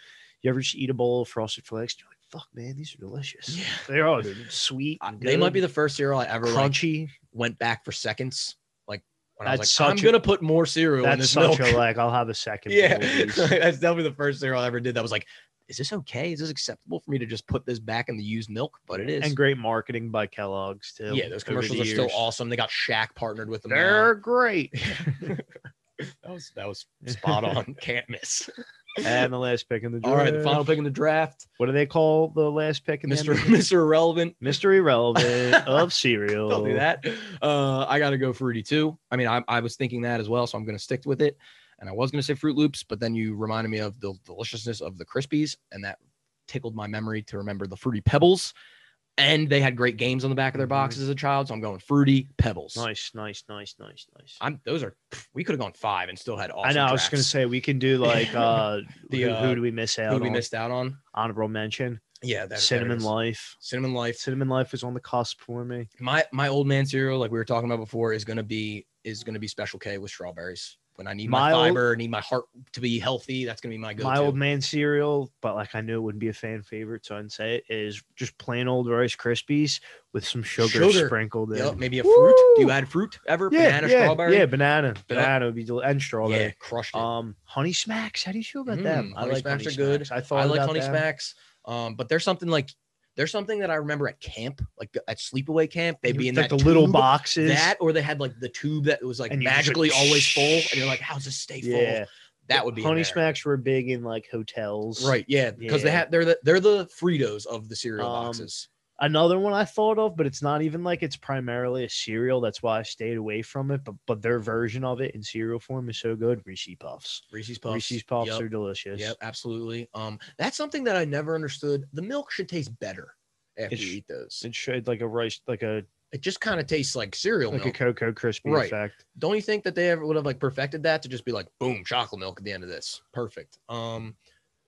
Speaker 9: You ever just eat a bowl of frosted flakes? You're like, fuck, man, these are delicious.
Speaker 1: Yeah.
Speaker 9: They are they're sweet.
Speaker 1: I- they might be the first cereal I ever like,
Speaker 9: crunchy.
Speaker 1: went back for seconds. Like when I was
Speaker 9: That's
Speaker 1: like,
Speaker 9: such
Speaker 1: I'm
Speaker 9: a-
Speaker 1: gonna put more cereal in
Speaker 9: That's
Speaker 1: this
Speaker 9: such
Speaker 1: milk.
Speaker 9: a like. I'll have a second.
Speaker 1: yeah,
Speaker 9: bowl of
Speaker 1: [laughs]
Speaker 9: these.
Speaker 1: that's definitely the first cereal I ever did that was like, is this okay? Is this acceptable for me to just put this back in the used milk? But it is.
Speaker 9: and great marketing by Kellogg's too.
Speaker 1: yeah, those
Speaker 9: over the
Speaker 1: commercials are still
Speaker 9: years.
Speaker 1: awesome. They got Shaq partnered with them. now. [laughs]
Speaker 9: They're great.
Speaker 1: that was that was spot
Speaker 9: [laughs]
Speaker 1: on. Can't miss.
Speaker 9: and the last pick in the draft.
Speaker 1: All right, the final pick in the draft,
Speaker 9: What do they call the last pick in
Speaker 1: Mr.
Speaker 9: the end?
Speaker 1: Mr. Irrelevant. [laughs]
Speaker 9: Mr. Irrelevant of cereal.
Speaker 1: Don't do that. Uh, I got to go fruity too. I mean, I, I was thinking that as well, so I'm going to stick with it. And I was going to say Fruit Loops, but then you reminded me of the deliciousness of the Krispies, and that tickled my memory to remember the Fruity Pebbles. And they had great games on the back of their
Speaker 9: Mhm.
Speaker 1: box as a child, so I'm going Fruity Pebbles.
Speaker 9: Nice, nice, nice, nice, nice.
Speaker 1: I'm those are pff, we could have gone five and still had all.
Speaker 9: I know. I was gonna say we can do like uh,
Speaker 1: [laughs] The,
Speaker 9: who, who
Speaker 1: uh,
Speaker 9: do we miss out
Speaker 1: who we
Speaker 9: on?
Speaker 1: missed out on.
Speaker 9: Honorable mention:
Speaker 1: Yeah, that
Speaker 9: Cinnamon
Speaker 1: life.
Speaker 9: Life.
Speaker 1: Cinnamon life.
Speaker 9: Cinnamon Life is on the cusp for me.
Speaker 1: my my old man cereal, like we were talking about before, is gonna be is gonna be Special K with strawberries. When I need my,
Speaker 9: My old-
Speaker 1: fiber, I need my heart to be healthy. That's gonna be my go-to.
Speaker 9: My old man cereal, but like I knew it wouldn't be a fan favorite, so I didn't say it. Is just plain old Rice Krispies with some sugar,
Speaker 1: Sugar.
Speaker 9: sprinkled in.
Speaker 1: Yep, maybe a
Speaker 9: Woo!
Speaker 1: fruit. Do you add fruit ever?
Speaker 9: Yeah,
Speaker 1: Banana,
Speaker 9: yeah,
Speaker 1: strawberry.
Speaker 9: yeah, banana, banana would be del- and
Speaker 1: yeah,
Speaker 9: strawberry.
Speaker 1: crushed it.
Speaker 9: Um, Honey Smacks. How do you feel about
Speaker 1: Mm,
Speaker 9: them? I
Speaker 1: Honey
Speaker 9: like
Speaker 1: Smacks
Speaker 9: Honey
Speaker 1: are good.
Speaker 9: Smacks. I thought
Speaker 1: I like
Speaker 9: about
Speaker 1: Honey
Speaker 9: them.
Speaker 1: Smacks. Um, but there's something like there's something that I remember at camp, like at sleepaway camp, they'd be in
Speaker 9: like
Speaker 1: that
Speaker 9: the little
Speaker 1: tube,
Speaker 9: boxes.
Speaker 1: That or they had like the tube that was like
Speaker 9: And you just, like,
Speaker 1: magically always full, and you're like, how's this stay full?
Speaker 9: yeah.
Speaker 1: That would be in
Speaker 9: Honey
Speaker 1: there.
Speaker 9: Smacks were big in like hotels.
Speaker 1: Right. Yeah. Because
Speaker 9: Yeah.
Speaker 1: they have they're the they're the Fritos of the cereal
Speaker 9: Um,
Speaker 1: boxes.
Speaker 9: Another one I thought of, but it's not even like it's primarily a cereal. That's why I stayed away from it. But but their version of it in cereal form is so good. Reese's Puffs.
Speaker 1: Reese's Puffs.
Speaker 9: Reese's Puffs
Speaker 1: Yep.
Speaker 9: are delicious.
Speaker 1: Yep, absolutely. Um, that's something that I never understood. The milk should taste better after
Speaker 9: It sh-
Speaker 1: you eat those.
Speaker 9: It showed like a rice, like a
Speaker 1: It just kind of tastes like cereal
Speaker 9: like
Speaker 1: milk.
Speaker 9: a cocoa crispy
Speaker 1: Right.
Speaker 9: effect.
Speaker 1: Don't you think that they ever would have like perfected that to just be like boom, chocolate milk at the end of this? Perfect. Um,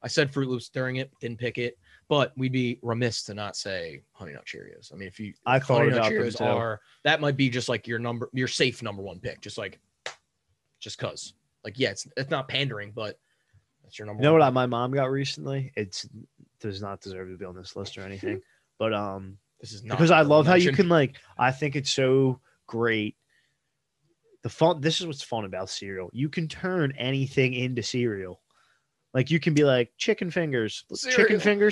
Speaker 1: I said Fruit Loops during it, didn't pick it, but we'd be remiss to not say Honey Nut Cheerios. I mean, if you
Speaker 9: I thought
Speaker 1: Honey Nut
Speaker 9: about them,
Speaker 1: Cheerios
Speaker 9: too.
Speaker 1: are that might be just like your number, your safe number one pick, just like just cause. Like, yeah, it's it's not pandering, but that's your number.
Speaker 9: You know
Speaker 1: one
Speaker 9: what I, my mom got recently? It's does not deserve to be on this list or
Speaker 1: [laughs]
Speaker 9: anything. But um
Speaker 1: This is not
Speaker 9: because I
Speaker 1: honorable
Speaker 9: love how you
Speaker 1: mention. [laughs]
Speaker 9: can like I think it's so great. The fun this is what's fun about cereal. You can turn anything into cereal. Like you can be like chicken fingers,
Speaker 1: Cereal.
Speaker 9: chicken finger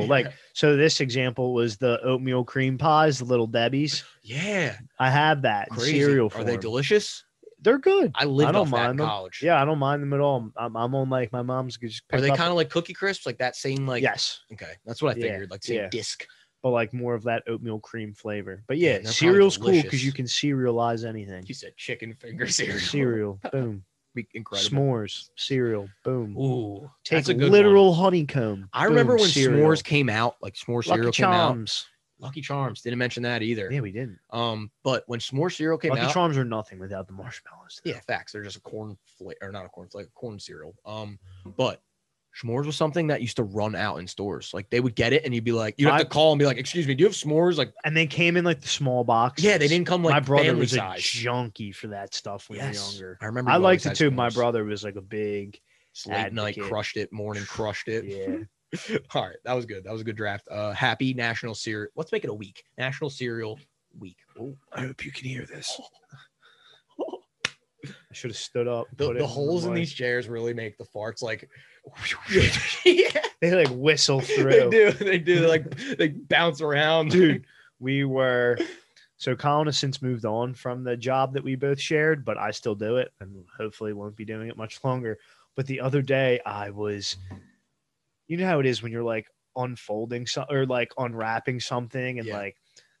Speaker 1: [laughs] Yeah.
Speaker 9: Like so this example was the oatmeal cream pies, the little Debbie's.
Speaker 1: Yeah,
Speaker 9: I have that in
Speaker 1: crazy.
Speaker 9: cereal
Speaker 1: Are
Speaker 9: form.
Speaker 1: they delicious?
Speaker 9: They're good.
Speaker 1: I lived
Speaker 9: don't
Speaker 1: off that in
Speaker 9: mind them.
Speaker 1: college.
Speaker 9: Yeah, I don't mind them at all. I'm, I'm on like my mom's just
Speaker 1: Are
Speaker 9: picked
Speaker 1: they
Speaker 9: up-
Speaker 1: kind of like cookie crisps, like that same like?
Speaker 9: yes,
Speaker 1: Okay, that's what I
Speaker 9: Yeah,
Speaker 1: figured. Like same
Speaker 9: yeah.
Speaker 1: disc.
Speaker 9: but like more of that oatmeal cream flavor. But
Speaker 1: Yeah,
Speaker 9: yeah,
Speaker 1: they're probably
Speaker 9: cereal's cool
Speaker 1: delicious.
Speaker 9: because you can cerealize anything.
Speaker 1: You said chicken finger [laughs] cereal.
Speaker 9: Cereal, boom.
Speaker 1: Be incredible.
Speaker 9: S'mores, cereal, boom.
Speaker 1: Ooh,
Speaker 9: Take
Speaker 1: that's a good
Speaker 9: literal
Speaker 1: one.
Speaker 9: honeycomb.
Speaker 1: I
Speaker 9: boom,
Speaker 1: remember when
Speaker 9: cereal.
Speaker 1: s'mores came out, like s'more cereal
Speaker 9: Lucky
Speaker 1: came out.
Speaker 9: Charms.
Speaker 1: Lucky Charms didn't mention that either.
Speaker 9: Yeah, we didn't.
Speaker 1: Um, but when s'more cereal came
Speaker 9: Lucky
Speaker 1: out,
Speaker 9: Charms are nothing without the marshmallows.
Speaker 1: yeah, facts. They're just a corn flake or not a corn flake, a corn cereal. Um, but s'mores was something that used to run out in stores. Like they would get it, and you'd be like, you'd have to
Speaker 9: My-
Speaker 1: call and be like, "Excuse me, do you have s'mores?" Like,
Speaker 9: And they came in like the small box.
Speaker 1: yeah, they didn't come like
Speaker 9: My brother
Speaker 1: family
Speaker 9: was a
Speaker 1: size.
Speaker 9: junkie for that stuff when we were younger.
Speaker 1: I remember.
Speaker 9: I
Speaker 1: you
Speaker 9: liked
Speaker 1: always
Speaker 9: it
Speaker 1: had
Speaker 9: too. My
Speaker 1: s'mores.
Speaker 9: brother was like a big,
Speaker 1: Just late night
Speaker 9: advocate.
Speaker 1: crushed it, morning crushed it.
Speaker 9: yeah.
Speaker 1: [laughs] All right, that was good. That was a good draft. Uh, happy National Cereal. Let's make it a week. National Cereal Week. Oh,
Speaker 9: I hope you can hear this. I should have stood up.
Speaker 1: the,
Speaker 9: put it
Speaker 1: the
Speaker 9: on
Speaker 1: holes in
Speaker 9: mic.
Speaker 1: these chairs really make the farts like. [laughs] yeah,
Speaker 9: They like
Speaker 1: [laughs]
Speaker 9: [laughs] whistle
Speaker 1: they
Speaker 9: through.
Speaker 1: do. They do. They like they bounce around. [laughs]
Speaker 9: Dude, we were. So Colin has since moved on from the job that we both shared, but I still do it and hopefully won't be doing it much longer. But the other day I was, you know how it is when you're like unfolding so, or like unwrapping something and
Speaker 1: Yeah.
Speaker 9: like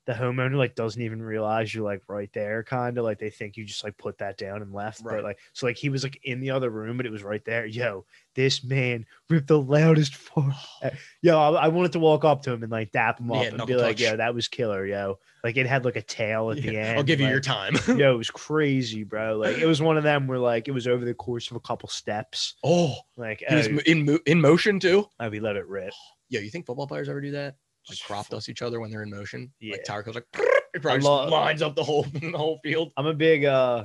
Speaker 9: the homeowner like doesn't even realize you're like right there kind of like they think you just like put that down and left
Speaker 1: Right.
Speaker 9: but like so like he was like in the other room but it was right there yo this man ripped the loudest [laughs] fart Oh. yo I, I wanted to walk up to him and like dap him
Speaker 1: Yeah,
Speaker 9: up and be
Speaker 1: knuckle
Speaker 9: like
Speaker 1: touch.
Speaker 9: yo that was killer yo like it had like a tail at the
Speaker 1: Yeah,
Speaker 9: end
Speaker 1: I'll give you your
Speaker 9: like,
Speaker 1: time. [laughs]
Speaker 9: yo it was crazy bro like it was one of them where like it was over the course of a couple steps
Speaker 1: Oh,
Speaker 9: like
Speaker 1: he was
Speaker 9: oh,
Speaker 1: mo- in mo- in motion too.
Speaker 9: oh, we let it rip
Speaker 1: Yeah, you think football players ever do that? Like
Speaker 9: Just
Speaker 1: crop dust each other when they're in motion.
Speaker 9: Yeah.
Speaker 1: Like tower goes
Speaker 9: [laughs]
Speaker 1: like. [laughs] It probably just
Speaker 9: love-
Speaker 1: lines up the whole [laughs] the whole field.
Speaker 9: I'm a big uh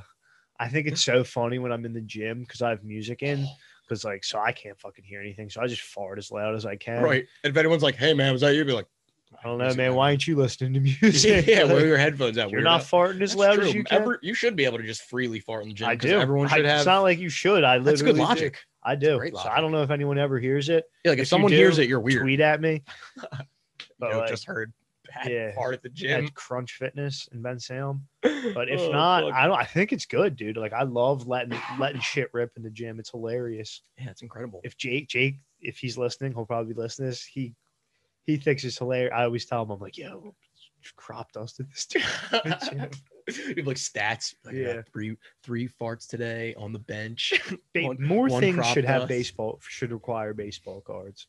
Speaker 9: I think it's so funny when I'm in the gym because I have music in because like so I can't fucking hear anything. So I just fart as loud as I can.
Speaker 1: Right. And if anyone's like, "Hey man, was that you?" You'd Be like,
Speaker 9: I don't know, man.
Speaker 1: [laughs]
Speaker 9: Why ain't you listening to [laughs] music?
Speaker 1: yeah,
Speaker 9: Like,
Speaker 1: where are your headphones at?
Speaker 9: you're
Speaker 1: weirdo?
Speaker 9: not farting as
Speaker 1: That's
Speaker 9: loud
Speaker 1: true.
Speaker 9: as you can.
Speaker 1: Ever- you should be able to just freely fart in the gym.
Speaker 9: I
Speaker 1: 'cause
Speaker 9: do.
Speaker 1: Everyone should
Speaker 9: I,
Speaker 1: have.
Speaker 9: It's not like you should. I literally
Speaker 1: that's good
Speaker 9: do.
Speaker 1: logic.
Speaker 9: I do.
Speaker 1: great
Speaker 9: So I
Speaker 1: logic.
Speaker 9: don't know if anyone ever hears it.
Speaker 1: Yeah, like if,
Speaker 9: If you
Speaker 1: someone
Speaker 9: do,
Speaker 1: hears it, you're weird.
Speaker 9: Tweet
Speaker 1: [laughs]
Speaker 9: at me.
Speaker 1: you
Speaker 9: but,
Speaker 1: know,
Speaker 9: like,
Speaker 1: just heard bad
Speaker 9: yeah.
Speaker 1: fart at the gym.
Speaker 9: at Crunch Fitness and Ben Sam. [laughs] But if
Speaker 1: Oh,
Speaker 9: not,
Speaker 1: fuck.
Speaker 9: I don't I think it's good, dude. Like I love letting letting shit rip in the gym. It's hilarious.
Speaker 1: yeah, it's incredible. [laughs]
Speaker 9: if Jake Jake if he's listening, he'll probably be listening. to This he he thinks it's hilarious. I always tell him I'm like, yo, crop dusted
Speaker 1: [laughs]
Speaker 9: this [laughs] dude.
Speaker 1: We have like stats. Like yeah.
Speaker 9: Yeah.
Speaker 1: three three farts today on the
Speaker 9: [laughs]
Speaker 1: bench.
Speaker 9: Ba-
Speaker 1: One-
Speaker 9: More
Speaker 1: one
Speaker 9: things
Speaker 1: crop
Speaker 9: should have
Speaker 1: dust.
Speaker 9: baseball should require baseball cards.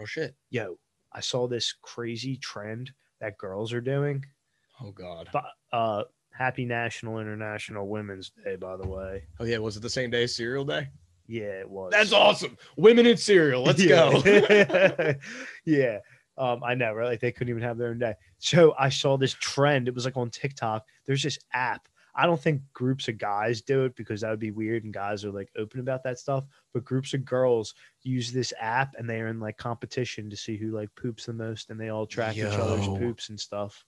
Speaker 1: oh shit.
Speaker 9: Yo, I saw this crazy trend that girls are doing.
Speaker 1: Oh god.
Speaker 9: But uh, Happy National International Women's Day, by the way.
Speaker 1: Oh yeah. Was it the same day as cereal day?
Speaker 9: Yeah, it was. [laughs]
Speaker 1: That's awesome. Women in cereal. Let's
Speaker 9: Oh, Yeah.
Speaker 1: go.
Speaker 9: [laughs] yeah. Um, I know, right? Like they couldn't even have their own day. So I saw this trend. It was like on TikTok. There's this app. I don't think groups of guys do it because that would be weird and guys are like open about that stuff. But groups of girls use this app and they are in like competition to see who like poops the most and they all track each other's
Speaker 1: Yo.
Speaker 9: poops and stuff.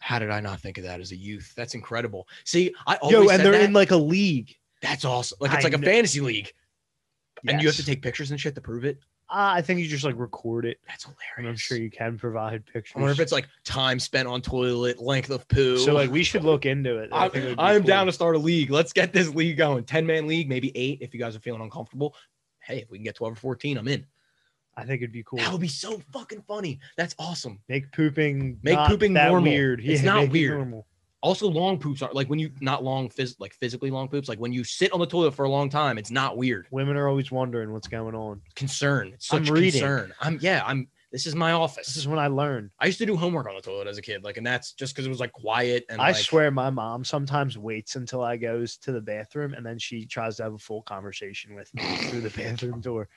Speaker 1: How did I not think of that as a youth? That's incredible. See, I always
Speaker 9: Yo,
Speaker 1: Oh, said
Speaker 9: and they're
Speaker 1: that.
Speaker 9: in like a league.
Speaker 1: That's awesome. Like it's
Speaker 9: I
Speaker 1: like a
Speaker 9: kn-
Speaker 1: fantasy league, and you have to
Speaker 9: Yes.
Speaker 1: take pictures and shit to prove it.
Speaker 9: Ah, I think you just like record it.
Speaker 1: That's hilarious.
Speaker 9: And I'm sure you can provide pictures.
Speaker 1: I wonder if it's like time spent on toilet, length of poo.
Speaker 9: so like we should look into it. I
Speaker 1: I'm,
Speaker 9: think it would be
Speaker 1: I'm
Speaker 9: cool.
Speaker 1: down to start a league. Let's get this league going. Ten man league, maybe eight. If you guys are feeling uncomfortable, hey, if we can get twelve or fourteen, I'm in.
Speaker 9: I I think it'd be cool.
Speaker 1: That would be so fucking funny. That's awesome.
Speaker 9: Make pooping
Speaker 1: Make
Speaker 9: not
Speaker 1: pooping
Speaker 9: that
Speaker 1: normal.
Speaker 9: weird.
Speaker 1: It's
Speaker 9: Yeah,
Speaker 1: not
Speaker 9: make it
Speaker 1: weird.
Speaker 9: normal.
Speaker 1: Also, long poops are like when you not long phys- like physically long poops. Like when you sit on the toilet for a long time, it's not weird.
Speaker 9: Women are always wondering what's going on.
Speaker 1: Concern. It's
Speaker 9: I'm
Speaker 1: such
Speaker 9: reading.
Speaker 1: concern. I'm yeah. I'm. This is my
Speaker 9: This
Speaker 1: office.
Speaker 9: is when I learned.
Speaker 1: I used to do homework on the toilet as a kid, like, and that's just because it was like quiet and
Speaker 9: I
Speaker 1: like,
Speaker 9: swear my mom sometimes waits until I goes to the bathroom and then she tries to have a full conversation
Speaker 1: [laughs]
Speaker 9: with me through the bathroom door.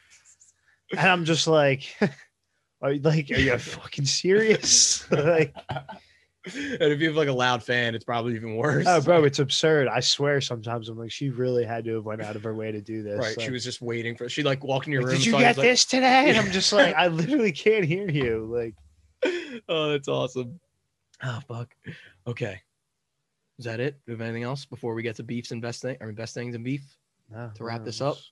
Speaker 9: And I'm just like, [laughs] are you like, are you fucking serious? [laughs] like,
Speaker 1: [laughs] and if you have like a loud fan, it's probably even worse.
Speaker 9: oh bro, it's absurd. I swear sometimes I'm like, she really had to have went out of her way to do this.
Speaker 1: right.
Speaker 9: Like,
Speaker 1: she was just waiting for. She like walked in your
Speaker 9: like,
Speaker 1: room.
Speaker 9: Did you
Speaker 1: saw
Speaker 9: get
Speaker 1: was like,
Speaker 9: this today? And I'm
Speaker 1: [laughs]
Speaker 9: just like, I literally can't hear you. Like
Speaker 1: oh, that's awesome. Oh fuck. Okay. Is that it? Do we have anything else before we get to beefs and best thing or best things and beef?
Speaker 9: no,
Speaker 1: To wrap
Speaker 9: no,
Speaker 1: this up?
Speaker 9: it's-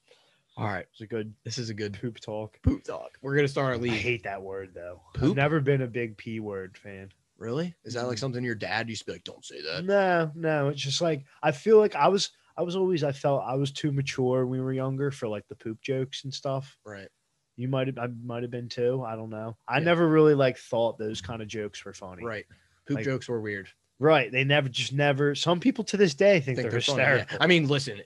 Speaker 1: All right.
Speaker 9: It's a good
Speaker 1: This is a good
Speaker 9: poop talk.
Speaker 1: poop talk. We're gonna start our
Speaker 9: I
Speaker 1: league.
Speaker 9: hate that Mm-hmm. word though.
Speaker 1: Poop?
Speaker 9: I've never been a big P word fan.
Speaker 1: Really? Is that like something your dad used to be like, don't say that?
Speaker 9: No, no. It's just like I feel like I was I was always I felt I was too mature when we were younger for like the poop jokes and stuff.
Speaker 1: Right.
Speaker 9: You might have I might have been too. I don't know. I
Speaker 1: Yeah.
Speaker 9: never really like thought those kind of jokes were funny.
Speaker 1: Right. Poop
Speaker 9: Like-
Speaker 1: jokes were weird.
Speaker 9: Right. They never just never some people to this day
Speaker 1: Think
Speaker 9: think, they're,
Speaker 1: they're funny, yeah.
Speaker 9: hysterical.
Speaker 1: I mean, listen,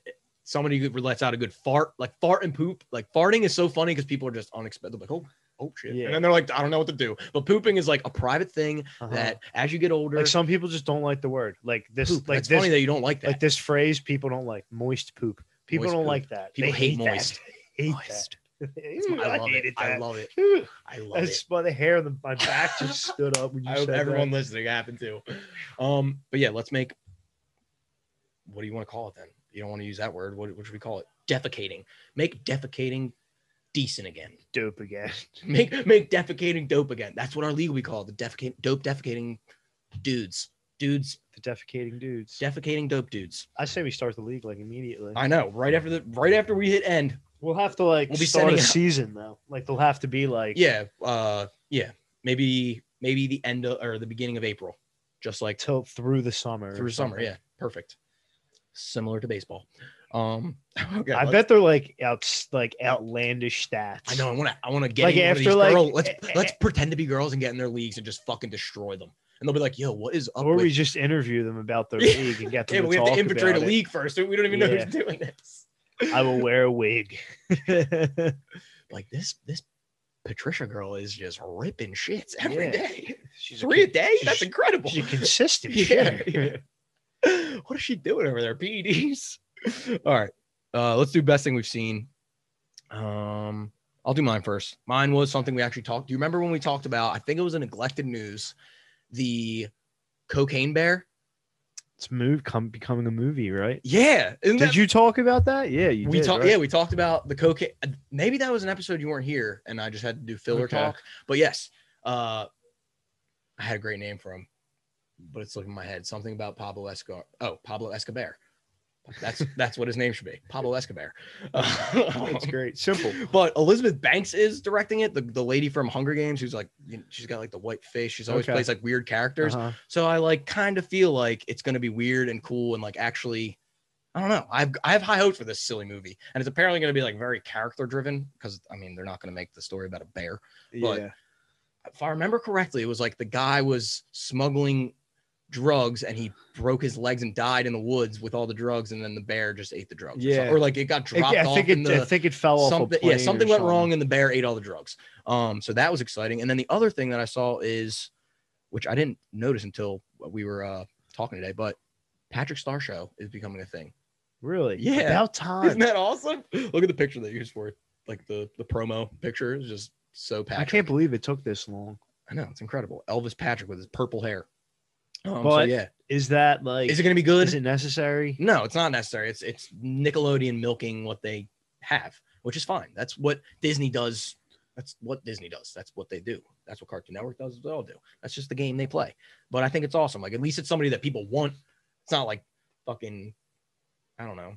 Speaker 1: somebody who lets out a good fart, like fart and poop. Like farting is so funny because people are just unexpected. Like, oh, oh shit.
Speaker 9: Yeah.
Speaker 1: And then they're like, I don't know what to do. But pooping is like a private thing
Speaker 9: Uh-huh.
Speaker 1: that as you get older,
Speaker 9: like some people just don't like the word. Like this
Speaker 1: poop.
Speaker 9: like
Speaker 1: it's
Speaker 9: this
Speaker 1: funny that you don't like that.
Speaker 9: like this phrase people don't like. Moist poop. People
Speaker 1: Moist
Speaker 9: don't
Speaker 1: poop.
Speaker 9: like that.
Speaker 1: People
Speaker 9: [laughs] they
Speaker 1: hate
Speaker 9: hate,
Speaker 1: moist.
Speaker 9: That. Hate
Speaker 1: Moist.
Speaker 9: That.
Speaker 1: That's my-
Speaker 9: Ew,
Speaker 1: Mm, I,
Speaker 9: I,
Speaker 1: love
Speaker 9: hated
Speaker 1: it.
Speaker 9: that.
Speaker 1: I love it.
Speaker 9: Ew.
Speaker 1: I love it.
Speaker 9: That's by the hair of the, my back just
Speaker 1: [laughs]
Speaker 9: stood up when you
Speaker 1: I hope
Speaker 9: said
Speaker 1: everyone
Speaker 9: that.
Speaker 1: listening happened to. Um, but yeah, let's make. What do you want to call it then? You don't want to use that word. What, what should we call it? Defecating. Make defecating decent again. [laughs]
Speaker 9: dope again. [laughs]
Speaker 1: Make make defecating dope again. That's what our league we call the defecate dope defecating dudes. Dudes
Speaker 9: The defecating dudes.
Speaker 1: defecating dope dudes.
Speaker 9: I say we start the league like immediately.
Speaker 1: I know. Right after the right after we hit end.
Speaker 9: we'll have to like
Speaker 1: We'll be
Speaker 9: start
Speaker 1: sending
Speaker 9: a
Speaker 1: out-
Speaker 9: season though. Like they'll have to be like
Speaker 1: Yeah. Uh. Yeah. Maybe maybe the end of, or the beginning of April, just like
Speaker 9: till through the summer. or
Speaker 1: through summer.
Speaker 9: something.
Speaker 1: Yeah. Perfect. Similar to baseball. Um. [laughs] Okay.
Speaker 9: I
Speaker 1: let's-
Speaker 9: bet they're like out like outlandish stats.
Speaker 1: I know. I want to. I want to get
Speaker 9: Like,
Speaker 1: in one of
Speaker 9: after,
Speaker 1: these
Speaker 9: like,
Speaker 1: girl- Let's
Speaker 9: eh,
Speaker 1: let's
Speaker 9: eh.
Speaker 1: pretend to be girls and get in their leagues and just fucking destroy them. And they'll be like, "Yo, what is up?"
Speaker 9: Or
Speaker 1: with
Speaker 9: we [laughs] just interview them about their
Speaker 1: [laughs] Yeah.
Speaker 9: league and get them
Speaker 1: Yeah,
Speaker 9: to
Speaker 1: but we have
Speaker 9: talk
Speaker 1: to infiltrate a
Speaker 9: about it.
Speaker 1: league first. We don't even know who's doing this.
Speaker 9: I will wear
Speaker 1: [laughs]
Speaker 9: a wig.
Speaker 1: Like this, this Patricia girl is just ripping shits every
Speaker 9: Yeah.
Speaker 1: day.
Speaker 9: She's
Speaker 1: Three a
Speaker 9: con-
Speaker 1: day? That's
Speaker 9: she's-
Speaker 1: incredible.
Speaker 9: She's a consistent.
Speaker 1: Yeah,
Speaker 9: shooter.
Speaker 1: what is she doing over there? PEDs. All right. Uh, let's do best thing we've seen. Um, I'll do mine first. Mine was something we actually talked. Do you remember when we talked about? I think it was a neglected news. The cocaine bear.
Speaker 9: It's move come becoming a movie, right?
Speaker 1: Yeah. Isn't
Speaker 9: Did
Speaker 1: that,
Speaker 9: you talk about that? Yeah, you
Speaker 1: we
Speaker 9: did,
Speaker 1: talked.
Speaker 9: right?
Speaker 1: Yeah, we talked about the cocaine. uh, Maybe that was an episode you weren't here, and I just had to do filler
Speaker 9: Okay.
Speaker 1: talk. But yes, uh, I had a great name for him, but it's looking in my head. Something about Pablo Escobar. Oh, Pablo Escobar. That's [laughs] that's what his name should be, Pablo
Speaker 9: [laughs]
Speaker 1: Escobar. [laughs] Uh,
Speaker 9: That's
Speaker 1: [laughs]
Speaker 9: great. Simple.
Speaker 1: but Elizabeth Banks is directing it. The, the lady from Hunger Games, who's like, you know, she's got like the white face. She's always
Speaker 9: Okay.
Speaker 1: plays like weird characters.
Speaker 9: Uh-huh.
Speaker 1: So I like kind of feel like it's gonna be weird and cool and like actually, I don't know. I've I have high hopes for this silly movie, and it's apparently gonna be like very character driven because I mean they're not gonna make the story about a bear. But-
Speaker 9: yeah.
Speaker 1: If I remember correctly, it was like the guy was smuggling drugs and he broke his legs and died in the woods with all the drugs, and then the bear just ate the drugs. or
Speaker 9: Yeah.
Speaker 1: something. or, like it got
Speaker 9: It-
Speaker 1: dropped
Speaker 9: I
Speaker 1: off
Speaker 9: think
Speaker 1: in
Speaker 9: it.
Speaker 1: the
Speaker 9: I think it fell off.
Speaker 1: something
Speaker 9: a plane
Speaker 1: yeah something
Speaker 9: or
Speaker 1: went wrong
Speaker 9: something.
Speaker 1: and the bear ate all the drugs um so that was exciting and then the other thing that i saw is which i didn't notice until we were uh talking today but patrick star show is becoming a thing
Speaker 9: Really?
Speaker 1: Yeah.
Speaker 9: About
Speaker 1: [laughs]
Speaker 9: time.
Speaker 1: isn't that awesome look at the picture that you used for it. like the the promo picture is just so
Speaker 9: I
Speaker 1: patrick
Speaker 9: can't believe it took this long.
Speaker 1: i know it's incredible elvis patrick with his purple hair um, so
Speaker 9: But-
Speaker 1: yeah
Speaker 9: Is that like?
Speaker 1: is it gonna be good
Speaker 9: Is it necessary?
Speaker 1: No, it's not necessary. It's it's Nickelodeon milking what they have, which is fine. That's what Disney does. That's what Disney does. That's what they do. That's what Cartoon Network does. They all do. That's just the game they play. But I think it's awesome. Like at least it's somebody that people want. It's not like fucking, I don't know,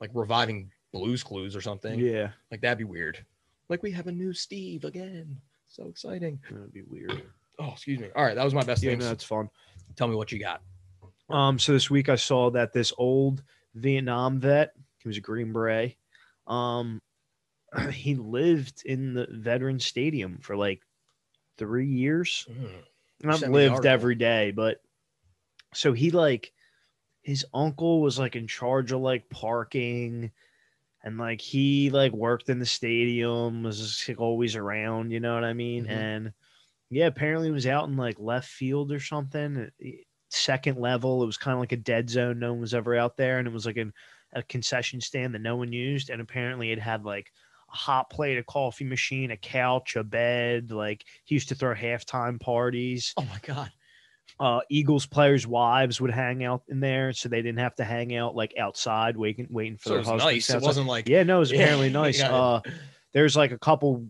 Speaker 1: like reviving Blues Clues or something.
Speaker 9: Yeah.
Speaker 1: Like that'd be weird. Like we have a new Steve again. So exciting.
Speaker 9: That'd be weird.
Speaker 1: Oh, excuse me. All right, that was my best
Speaker 9: Yeah,
Speaker 1: thing.
Speaker 9: no, that's fun.
Speaker 1: Tell me what you got.
Speaker 9: Um, so this week I saw that this old Vietnam vet, he was a Green Beret, um, [clears throat] he lived in the veteran stadium for like three years.
Speaker 1: Mm.
Speaker 9: Not
Speaker 1: sent me the
Speaker 9: lived
Speaker 1: article.
Speaker 9: every day, but so he like his uncle was like in charge of like parking and like he like worked in the stadium, was just, like always around, you know what I mean?
Speaker 1: Mhm.
Speaker 9: And yeah, apparently he was out in like left field or something. uh, e, Second level, it was kind of like a dead zone. No one was ever out there, and it was like an, a concession stand that no one used. And apparently, it had like a hot plate, a coffee machine, a couch, a bed. Like he used to throw halftime parties.
Speaker 1: Oh my god.
Speaker 9: Uh, Eagles players' wives would hang out in there, so they didn't have to hang out like outside waiting waiting for
Speaker 1: So it
Speaker 9: their
Speaker 1: was
Speaker 9: husbands.
Speaker 1: nice. It
Speaker 9: outside.
Speaker 1: wasn't like
Speaker 9: yeah, no, it
Speaker 1: [laughs]
Speaker 9: was
Speaker 1: Yeah.
Speaker 9: apparently nice.
Speaker 1: Yeah.
Speaker 9: Uh, there's like a couple,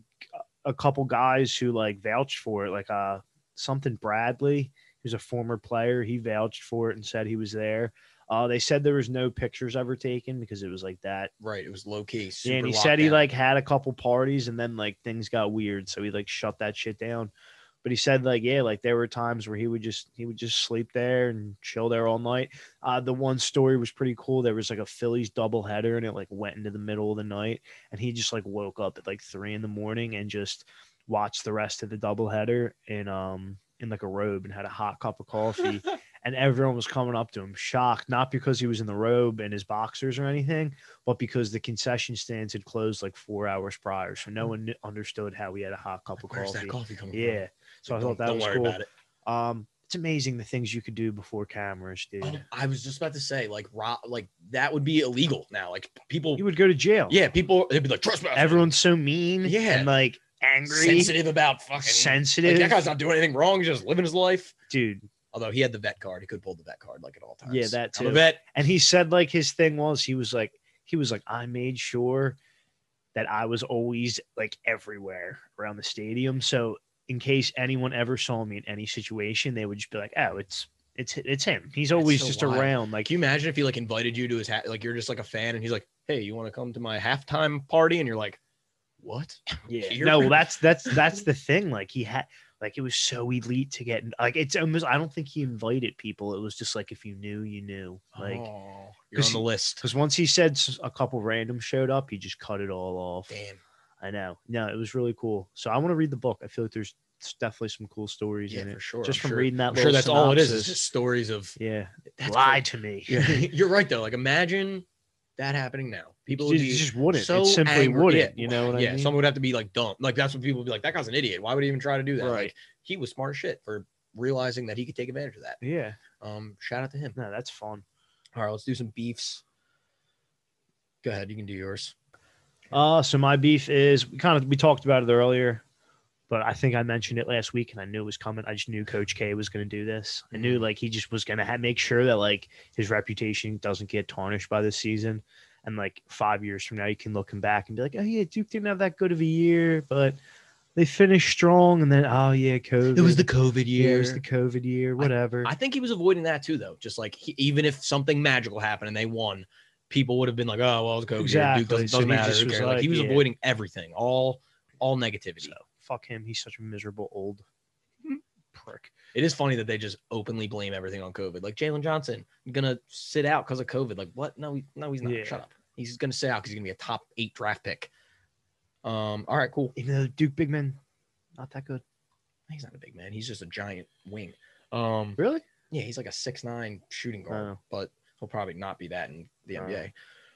Speaker 9: a couple guys who like vouched for it, like uh something Bradley, who's a former player, he vouched for it and said he was there. Uh, they said there was no pictures ever taken because it was like that.
Speaker 1: right. It was low key.
Speaker 9: Yeah,
Speaker 1: super
Speaker 9: and he said he
Speaker 1: lockdown.
Speaker 9: like had a couple parties and then like things got weird, so he like shut that shit down. But he said like yeah, like there were times where he would just he would just sleep there and chill there all night. Uh, the one story was pretty cool. There was like a Phillies doubleheader and it like went into the middle of the night, and he just like woke up at like three in the morning and just watched the rest of the doubleheader in um in like a robe and had a hot cup
Speaker 1: [laughs]
Speaker 9: of coffee. And everyone was coming up to him shocked, not because he was in the robe and his boxers or anything, but because the concession stands had closed like four hours prior, so no one kn- understood how he had a hot cup of
Speaker 1: Where's
Speaker 9: coffee.
Speaker 1: Mm. that coffee coming from?
Speaker 9: Oh, Yeah, so I
Speaker 1: Don't-
Speaker 9: thought that
Speaker 1: don't
Speaker 9: was
Speaker 1: worry
Speaker 9: cool.
Speaker 1: about it.
Speaker 9: Um, it's amazing the things you could do before cameras, dude.
Speaker 1: Oh, I was just about to say, like, ro- like that would be illegal now. Like people,
Speaker 9: You would go to jail.
Speaker 1: yeah, people they'd be like trespass.
Speaker 9: everyone's so mean.
Speaker 1: Yeah.
Speaker 9: and like angry, sensitive.
Speaker 1: sensitive about fucking. Like, that guy's not doing anything wrong. He's just living his life.
Speaker 9: dude.
Speaker 1: Although he had the vet card, he could pull the vet card like at all times.
Speaker 9: Yeah, that
Speaker 1: I'm a
Speaker 9: too.
Speaker 1: vet.
Speaker 9: And he said like his thing was he was like he was like I made sure that I was always like everywhere around the stadium, so in case anyone ever saw me in any situation, they would just be like, oh, it's it's it's him. He's always
Speaker 1: so
Speaker 9: just
Speaker 1: wild.
Speaker 9: around. Like
Speaker 1: Can you imagine if he like invited you to his hat? Like you're just like a fan, and he's like, "Hey, you want to come to my halftime party?" And you're like, "What?"
Speaker 9: Yeah.
Speaker 1: here.
Speaker 9: No, well,
Speaker 1: [laughs]
Speaker 9: that's that's that's the thing. Like he had like it was so elite to get like it's almost I don't think he invited people. It was just like if you knew, you knew. Like
Speaker 1: oh, you're on the list.
Speaker 9: because once he said s- a couple random showed up, he just cut it all off.
Speaker 1: Damn.
Speaker 9: I know. No, it was really cool. So I want to read the book. I feel like there's definitely some cool stories
Speaker 1: Yeah,
Speaker 9: in
Speaker 1: for
Speaker 9: it.
Speaker 1: sure.
Speaker 9: Just
Speaker 1: I'm
Speaker 9: from
Speaker 1: sure-
Speaker 9: reading that
Speaker 1: I'm
Speaker 9: little
Speaker 1: sure that's all it is. It's
Speaker 9: synopsis.
Speaker 1: just stories of
Speaker 9: yeah.
Speaker 1: That's
Speaker 9: Lie to me.
Speaker 1: Yeah, [laughs] you're right though. Like imagine that happening now. People
Speaker 9: People
Speaker 1: would
Speaker 9: just,
Speaker 1: be
Speaker 9: just wouldn't.
Speaker 1: so
Speaker 9: it simply
Speaker 1: angry.
Speaker 9: wouldn't.
Speaker 1: Yeah.
Speaker 9: You know what
Speaker 1: yeah,
Speaker 9: I mean?
Speaker 1: someone would have to be like dumb. Like that's what people would be like. That guy's an idiot. Why would he even try to do that? Like,
Speaker 9: Right.
Speaker 1: he was smart as shit for realizing that he could take advantage of that.
Speaker 9: yeah.
Speaker 1: Um, shout out to him.
Speaker 9: No, that's fun.
Speaker 1: All right, let's do some beefs. Go ahead, you can do yours.
Speaker 9: Uh, so my beef is we kind of we talked about it earlier, but I think I mentioned it last week and I knew it was coming. I just knew Coach K was going to do this. I knew like he just was going to ha- make sure that like his reputation doesn't get tarnished by this season. And like five years from now, you can look him back and be like, oh yeah, Duke didn't have that good of a year, but they finished strong. And then oh yeah, COVID.
Speaker 1: COVID
Speaker 9: yeah, it was the COVID year, whatever.
Speaker 1: I think he was avoiding that too, though. Just like he, even if something magical happened and they won, people would have been like, "Oh, well, it's COVID.
Speaker 9: Exactly.
Speaker 1: Duke doesn't,
Speaker 9: So
Speaker 1: doesn't
Speaker 9: he
Speaker 1: matter."
Speaker 9: just
Speaker 1: Who
Speaker 9: was
Speaker 1: cares? Like, he
Speaker 9: like,
Speaker 1: was
Speaker 9: yeah.
Speaker 1: avoiding everything, all all negativity.
Speaker 9: so fuck him. He's such a miserable old prick.
Speaker 1: It is funny that they just openly blame everything on COVID. Like Jalen Johnson gonna sit out because of COVID. Like what? No, he, no, he's not.
Speaker 9: Yeah.
Speaker 1: Shut up. He's gonna sit out because he's gonna be a top eight draft pick. Um. All right. Cool.
Speaker 9: Even though Duke big men, not that good.
Speaker 1: He's not a big man. He's just a giant wing. Um.
Speaker 9: Really?
Speaker 1: Yeah. He's like a six nine shooting guard,
Speaker 9: Oh.
Speaker 1: but he'll probably not be that in the
Speaker 9: Oh.
Speaker 1: NBA.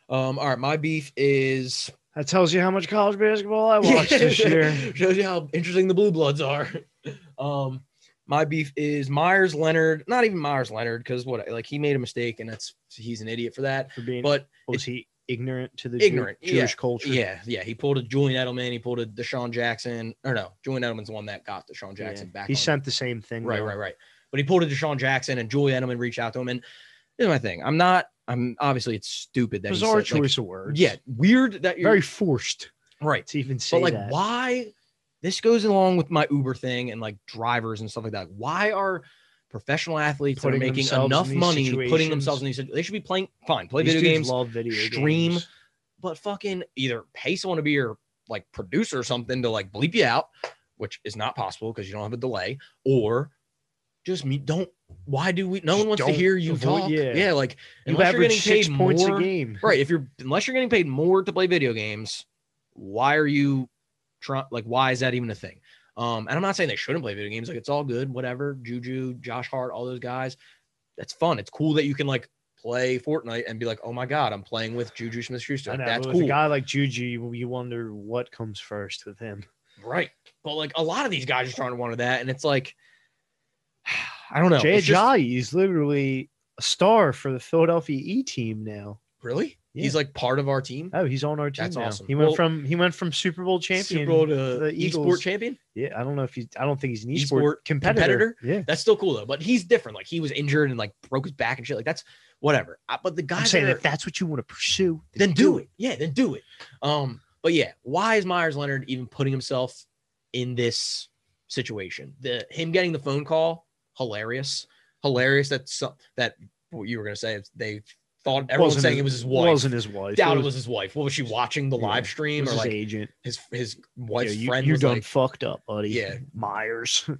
Speaker 1: Um. All right. My beef is
Speaker 9: That tells you how much college basketball
Speaker 1: [laughs]
Speaker 9: I watched this year.
Speaker 1: Shows you how interesting the Blue Bloods are. [laughs] Um, my beef is Myers Leonard, not even Myers Leonard, because what like he made a mistake and that's he's an idiot for that.
Speaker 9: for being
Speaker 1: But
Speaker 9: was he ignorant to the Jew-
Speaker 1: ignorant, yeah,
Speaker 9: Jewish culture?
Speaker 1: yeah, yeah, he pulled a Julian Edelman, he pulled a Deshaun Jackson, or no, Julian Edelman's the one that got Deshaun
Speaker 9: Yeah.
Speaker 1: Jackson back.
Speaker 9: He
Speaker 1: on-
Speaker 9: sent the same thing.
Speaker 1: right,
Speaker 9: though.
Speaker 1: right, right. But he pulled a Deshaun Jackson and Julian Edelman reached out to him. And here's my thing. I'm not. I'm obviously it's stupid that he
Speaker 9: Bizarre
Speaker 1: said, like,
Speaker 9: choice of words.
Speaker 1: yeah, weird that you're
Speaker 9: very forced
Speaker 1: right.
Speaker 9: to even say
Speaker 1: But like,
Speaker 9: that.
Speaker 1: why? This goes along with my Uber thing and like drivers and stuff like that. Why are professional athletes that are
Speaker 9: Putting
Speaker 1: making
Speaker 9: themselves in
Speaker 1: enough
Speaker 9: these
Speaker 1: money putting
Speaker 9: situations.
Speaker 1: themselves in these? situ- They should be playing fine, play
Speaker 9: These
Speaker 1: video
Speaker 9: dudes
Speaker 1: games,
Speaker 9: love video
Speaker 1: stream.
Speaker 9: games.
Speaker 1: but fucking either pay someone to be your like producer or something to like bleep you out, which is not possible because you don't have a delay, or just me don't. Why do we? No
Speaker 9: Just
Speaker 1: one wants to
Speaker 9: don't
Speaker 1: hear you
Speaker 9: avoid-
Speaker 1: talk.
Speaker 9: yeah.
Speaker 1: Yeah, like
Speaker 9: You
Speaker 1: unless you're
Speaker 9: average
Speaker 1: getting
Speaker 9: six
Speaker 1: paid
Speaker 9: points
Speaker 1: more-
Speaker 9: a game.
Speaker 1: right if you're unless you're getting paid more to play video games why are you trying? Like, why is that even a thing? Um, and I'm not saying they shouldn't play video games. Like, it's all good, whatever. Juju, Josh Hart, all those guys. That's fun. It's cool that you can like play Fortnite and be like, oh my god, I'm playing with Juju Smith-Schuster.
Speaker 9: I
Speaker 1: Like,
Speaker 9: know,
Speaker 1: That's
Speaker 9: but
Speaker 1: cool.
Speaker 9: With a guy like Juju, you, you wonder what comes first with him.
Speaker 1: Right. But like a lot of these guys are trying to want that. And it's like, [sighs] I don't know.
Speaker 9: Jay
Speaker 1: It's just-
Speaker 9: Ajayi is literally a star for the Philadelphia E team now.
Speaker 1: really?
Speaker 9: Yeah.
Speaker 1: He's like part of our team.
Speaker 9: Oh, he's on our team
Speaker 1: That's
Speaker 9: now.
Speaker 1: awesome.
Speaker 9: He went
Speaker 1: Well,
Speaker 9: from he went from Super Bowl champion.
Speaker 1: Super Bowl to
Speaker 9: the
Speaker 1: e-sport
Speaker 9: Eagles.
Speaker 1: champion.
Speaker 9: Yeah, I don't know if he's. I don't think he's an
Speaker 1: E-sport
Speaker 9: e-sport, competitor. Yeah,
Speaker 1: That's still cool though. But he's different. Like he was injured and like broke his back and shit. Like that's whatever. I- but the
Speaker 9: I'm
Speaker 1: guys
Speaker 9: saying
Speaker 1: that are-
Speaker 9: if that's what you want to pursue,
Speaker 1: then do it. Yeah, then do it. Um, but yeah, why is Myers Leonard even putting himself in this situation? The him getting the phone call, hilarious, hilarious. That some, that what you were gonna say. They thought everyone
Speaker 9: Wasn't
Speaker 1: saying
Speaker 9: his-
Speaker 1: it was his wife.
Speaker 9: Wasn't his wife?
Speaker 1: Doubt it
Speaker 9: was-
Speaker 1: was his wife. What was she watching the
Speaker 9: Yeah,
Speaker 1: live
Speaker 9: it
Speaker 1: stream
Speaker 9: was
Speaker 1: or
Speaker 9: his
Speaker 1: like
Speaker 9: agent.
Speaker 1: his his
Speaker 9: Yeah,
Speaker 1: wife's
Speaker 9: you,
Speaker 1: friend
Speaker 9: you
Speaker 1: was
Speaker 9: done
Speaker 1: like,
Speaker 9: fucked up, buddy.
Speaker 1: Yeah. [sighs]
Speaker 9: Myers.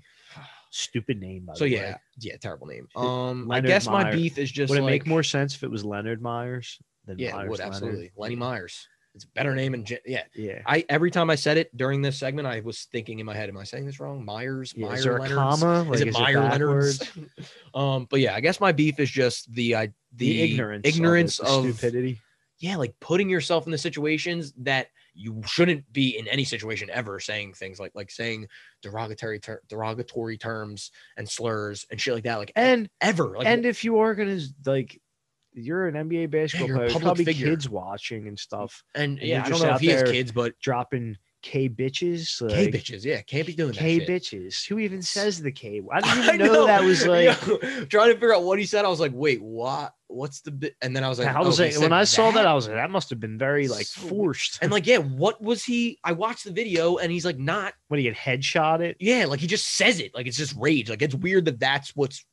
Speaker 9: Stupid name. By
Speaker 1: so
Speaker 9: the
Speaker 1: yeah,
Speaker 9: way.
Speaker 1: yeah, terrible name. Um, I
Speaker 9: Leonard
Speaker 1: guess my
Speaker 9: Myers.
Speaker 1: beef is just
Speaker 9: would it
Speaker 1: like,
Speaker 9: make more sense if it was Leonard Myers than
Speaker 1: Yeah,
Speaker 9: Myers
Speaker 1: it would
Speaker 9: Leonard?
Speaker 1: absolutely Lenny Myers. It's a better name and gen- yeah,
Speaker 9: Yeah.
Speaker 1: I every time I said it during this segment, I was thinking in my head, am I saying this wrong? Myers,
Speaker 9: Yeah,
Speaker 1: Myers,
Speaker 9: is there a comma? Like,
Speaker 1: is it Meyer
Speaker 9: backwards?
Speaker 1: Leonards? [laughs] um, but yeah, I guess my beef is just the I the,
Speaker 9: The, ignorance,
Speaker 1: ignorance
Speaker 9: of, it, the
Speaker 1: of,
Speaker 9: stupidity.
Speaker 1: yeah, like putting yourself in the situations that you shouldn't be in any situation ever, saying things like like saying derogatory ter- derogatory terms and slurs and shit like that, like
Speaker 9: And
Speaker 1: ever, like
Speaker 9: and if you are gonna like, you're an NBA basketball
Speaker 1: you're a
Speaker 9: player, there's
Speaker 1: public
Speaker 9: probably
Speaker 1: figure.
Speaker 9: kids watching and stuff,
Speaker 1: and
Speaker 9: and
Speaker 1: yeah, I
Speaker 9: you're
Speaker 1: don't
Speaker 9: just
Speaker 1: know if
Speaker 9: out
Speaker 1: "Oh, he has
Speaker 9: there-
Speaker 1: kids, but
Speaker 9: dropping k bitches,
Speaker 1: K
Speaker 9: like,
Speaker 1: bitches, yeah, can't be doing that.
Speaker 9: K
Speaker 1: shit.
Speaker 9: bitches. Who even says the K?
Speaker 1: [laughs]
Speaker 9: I didn't even know, that was like.
Speaker 1: Yo, [laughs] trying to figure out what he said. I was like, wait, what? What's the bit? And then I was like,
Speaker 9: I was
Speaker 1: oh, he
Speaker 9: like,
Speaker 1: said
Speaker 9: when I saw that, I was like, that must have been very like
Speaker 1: So-
Speaker 9: forced.
Speaker 1: and like, yeah, what was he? I watched the video, and he's like, not.
Speaker 9: when he get headshot it.
Speaker 1: Yeah, like he just says it. Like it's just rage. Like it's weird that that's what's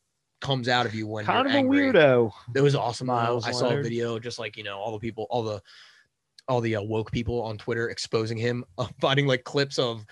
Speaker 1: comes out of you [laughs] when
Speaker 9: Kind
Speaker 1: you're
Speaker 9: of a
Speaker 1: angry.
Speaker 9: weirdo.
Speaker 1: It was awesome. though.
Speaker 9: Miles
Speaker 1: I saw a
Speaker 9: Leonard.
Speaker 1: video, just like you know, all the people, all the, all the uh, woke people on Twitter exposing him, [laughs] uh, finding like clips of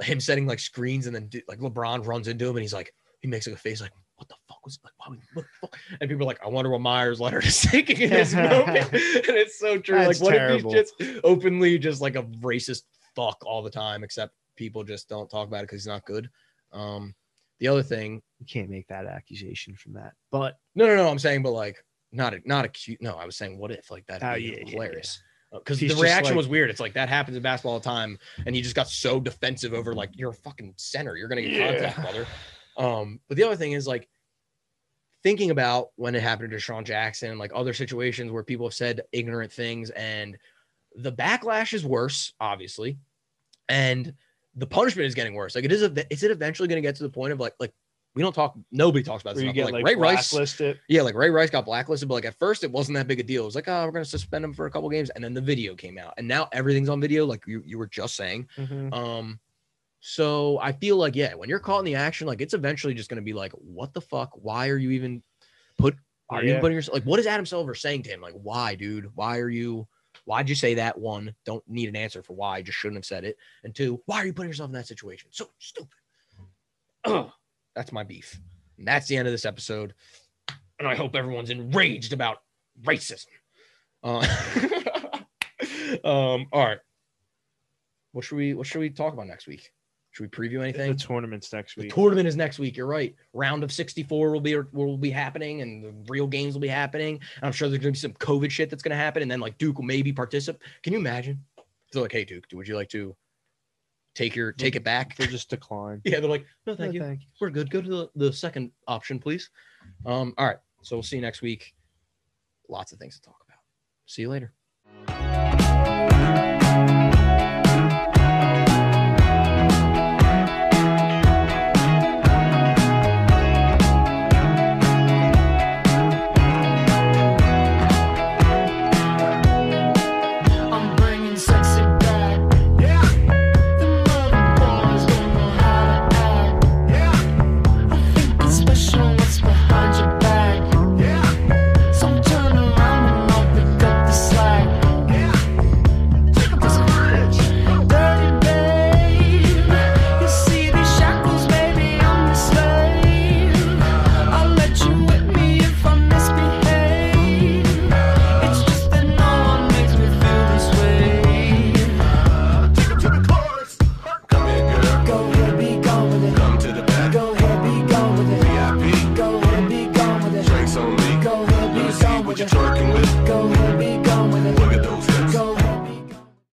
Speaker 1: him setting like screens, and then do, like LeBron runs into him, and he's like, he makes like a face, like, what the fuck was like, why would, what the fuck? And people are like, I wonder what Myers Leonard is thinking
Speaker 9: [laughs]
Speaker 1: in this moment, [laughs] and it's so true.
Speaker 9: That's
Speaker 1: like, what
Speaker 9: terrible.
Speaker 1: if he's just openly just like a racist fuck all the time, except people just don't talk about it because he's not good. Um, the other thing
Speaker 9: You can't make that accusation from that. But
Speaker 1: no, no, no. I'm saying, but like, not a, not a cute. No, I was saying, what if like that?
Speaker 9: Oh,
Speaker 1: be
Speaker 9: yeah, yeah,
Speaker 1: hilarious. Because
Speaker 9: He's
Speaker 1: the
Speaker 9: just
Speaker 1: reaction
Speaker 9: like-
Speaker 1: was weird. It's like that happens in basketball all the time, and he just got so defensive over like you're a fucking center, you're gonna get contact, brother. Um, but the other thing is like thinking about when it happened to Deshaun Jackson, and like other situations where people have said ignorant things, and the backlash is worse, obviously, and the punishment is getting worse. Like it is, ev- is it eventually going to get to the point of like like we don't talk, nobody talks about this.
Speaker 9: where you
Speaker 1: enough, but,
Speaker 9: get like,
Speaker 1: Ray Rice,
Speaker 9: blacklist it.
Speaker 1: yeah, like Ray Rice got blacklisted, but like at first it wasn't that big a deal. It was like, oh, we're gonna suspend him for a couple games, and then the video came out, and now everything's on video, like you, you were just saying.
Speaker 9: Mm-hmm.
Speaker 1: Um, so I feel like yeah, when you're caught in the action, like it's eventually just gonna be like, what the fuck? Why are you even put? Are you
Speaker 9: Yeah.
Speaker 1: putting yourself like what is Adam Silver saying to him? Like, why, dude? Why are you? Why'd you say that? One, don't need an answer for why. Just shouldn't have said it. And two, why are you putting yourself in that situation? So stupid. [clears throat] Ugh. That's my beef. And that's the end of this episode and I hope everyone's enraged about racism. Uh, [laughs] um, all right. What should we What should we talk about next week? Should we preview anything?
Speaker 9: The tournaments next
Speaker 1: The
Speaker 9: week.
Speaker 1: tournament is next week. You're right. Round of 64 will be will be happening, and the real games will be happening. And I'm sure there's gonna be some COVID shit that's gonna happen, and then like Duke will maybe participate. Can you imagine? They're like, hey Duke, would you like to take your take it back?
Speaker 9: They'll just decline.
Speaker 1: [laughs] Yeah, they're like, no, thank
Speaker 9: No,
Speaker 1: you we're good. Go to the, the second option, please. Um, all right. So we'll see you next week. Lots of things to talk about. See you later.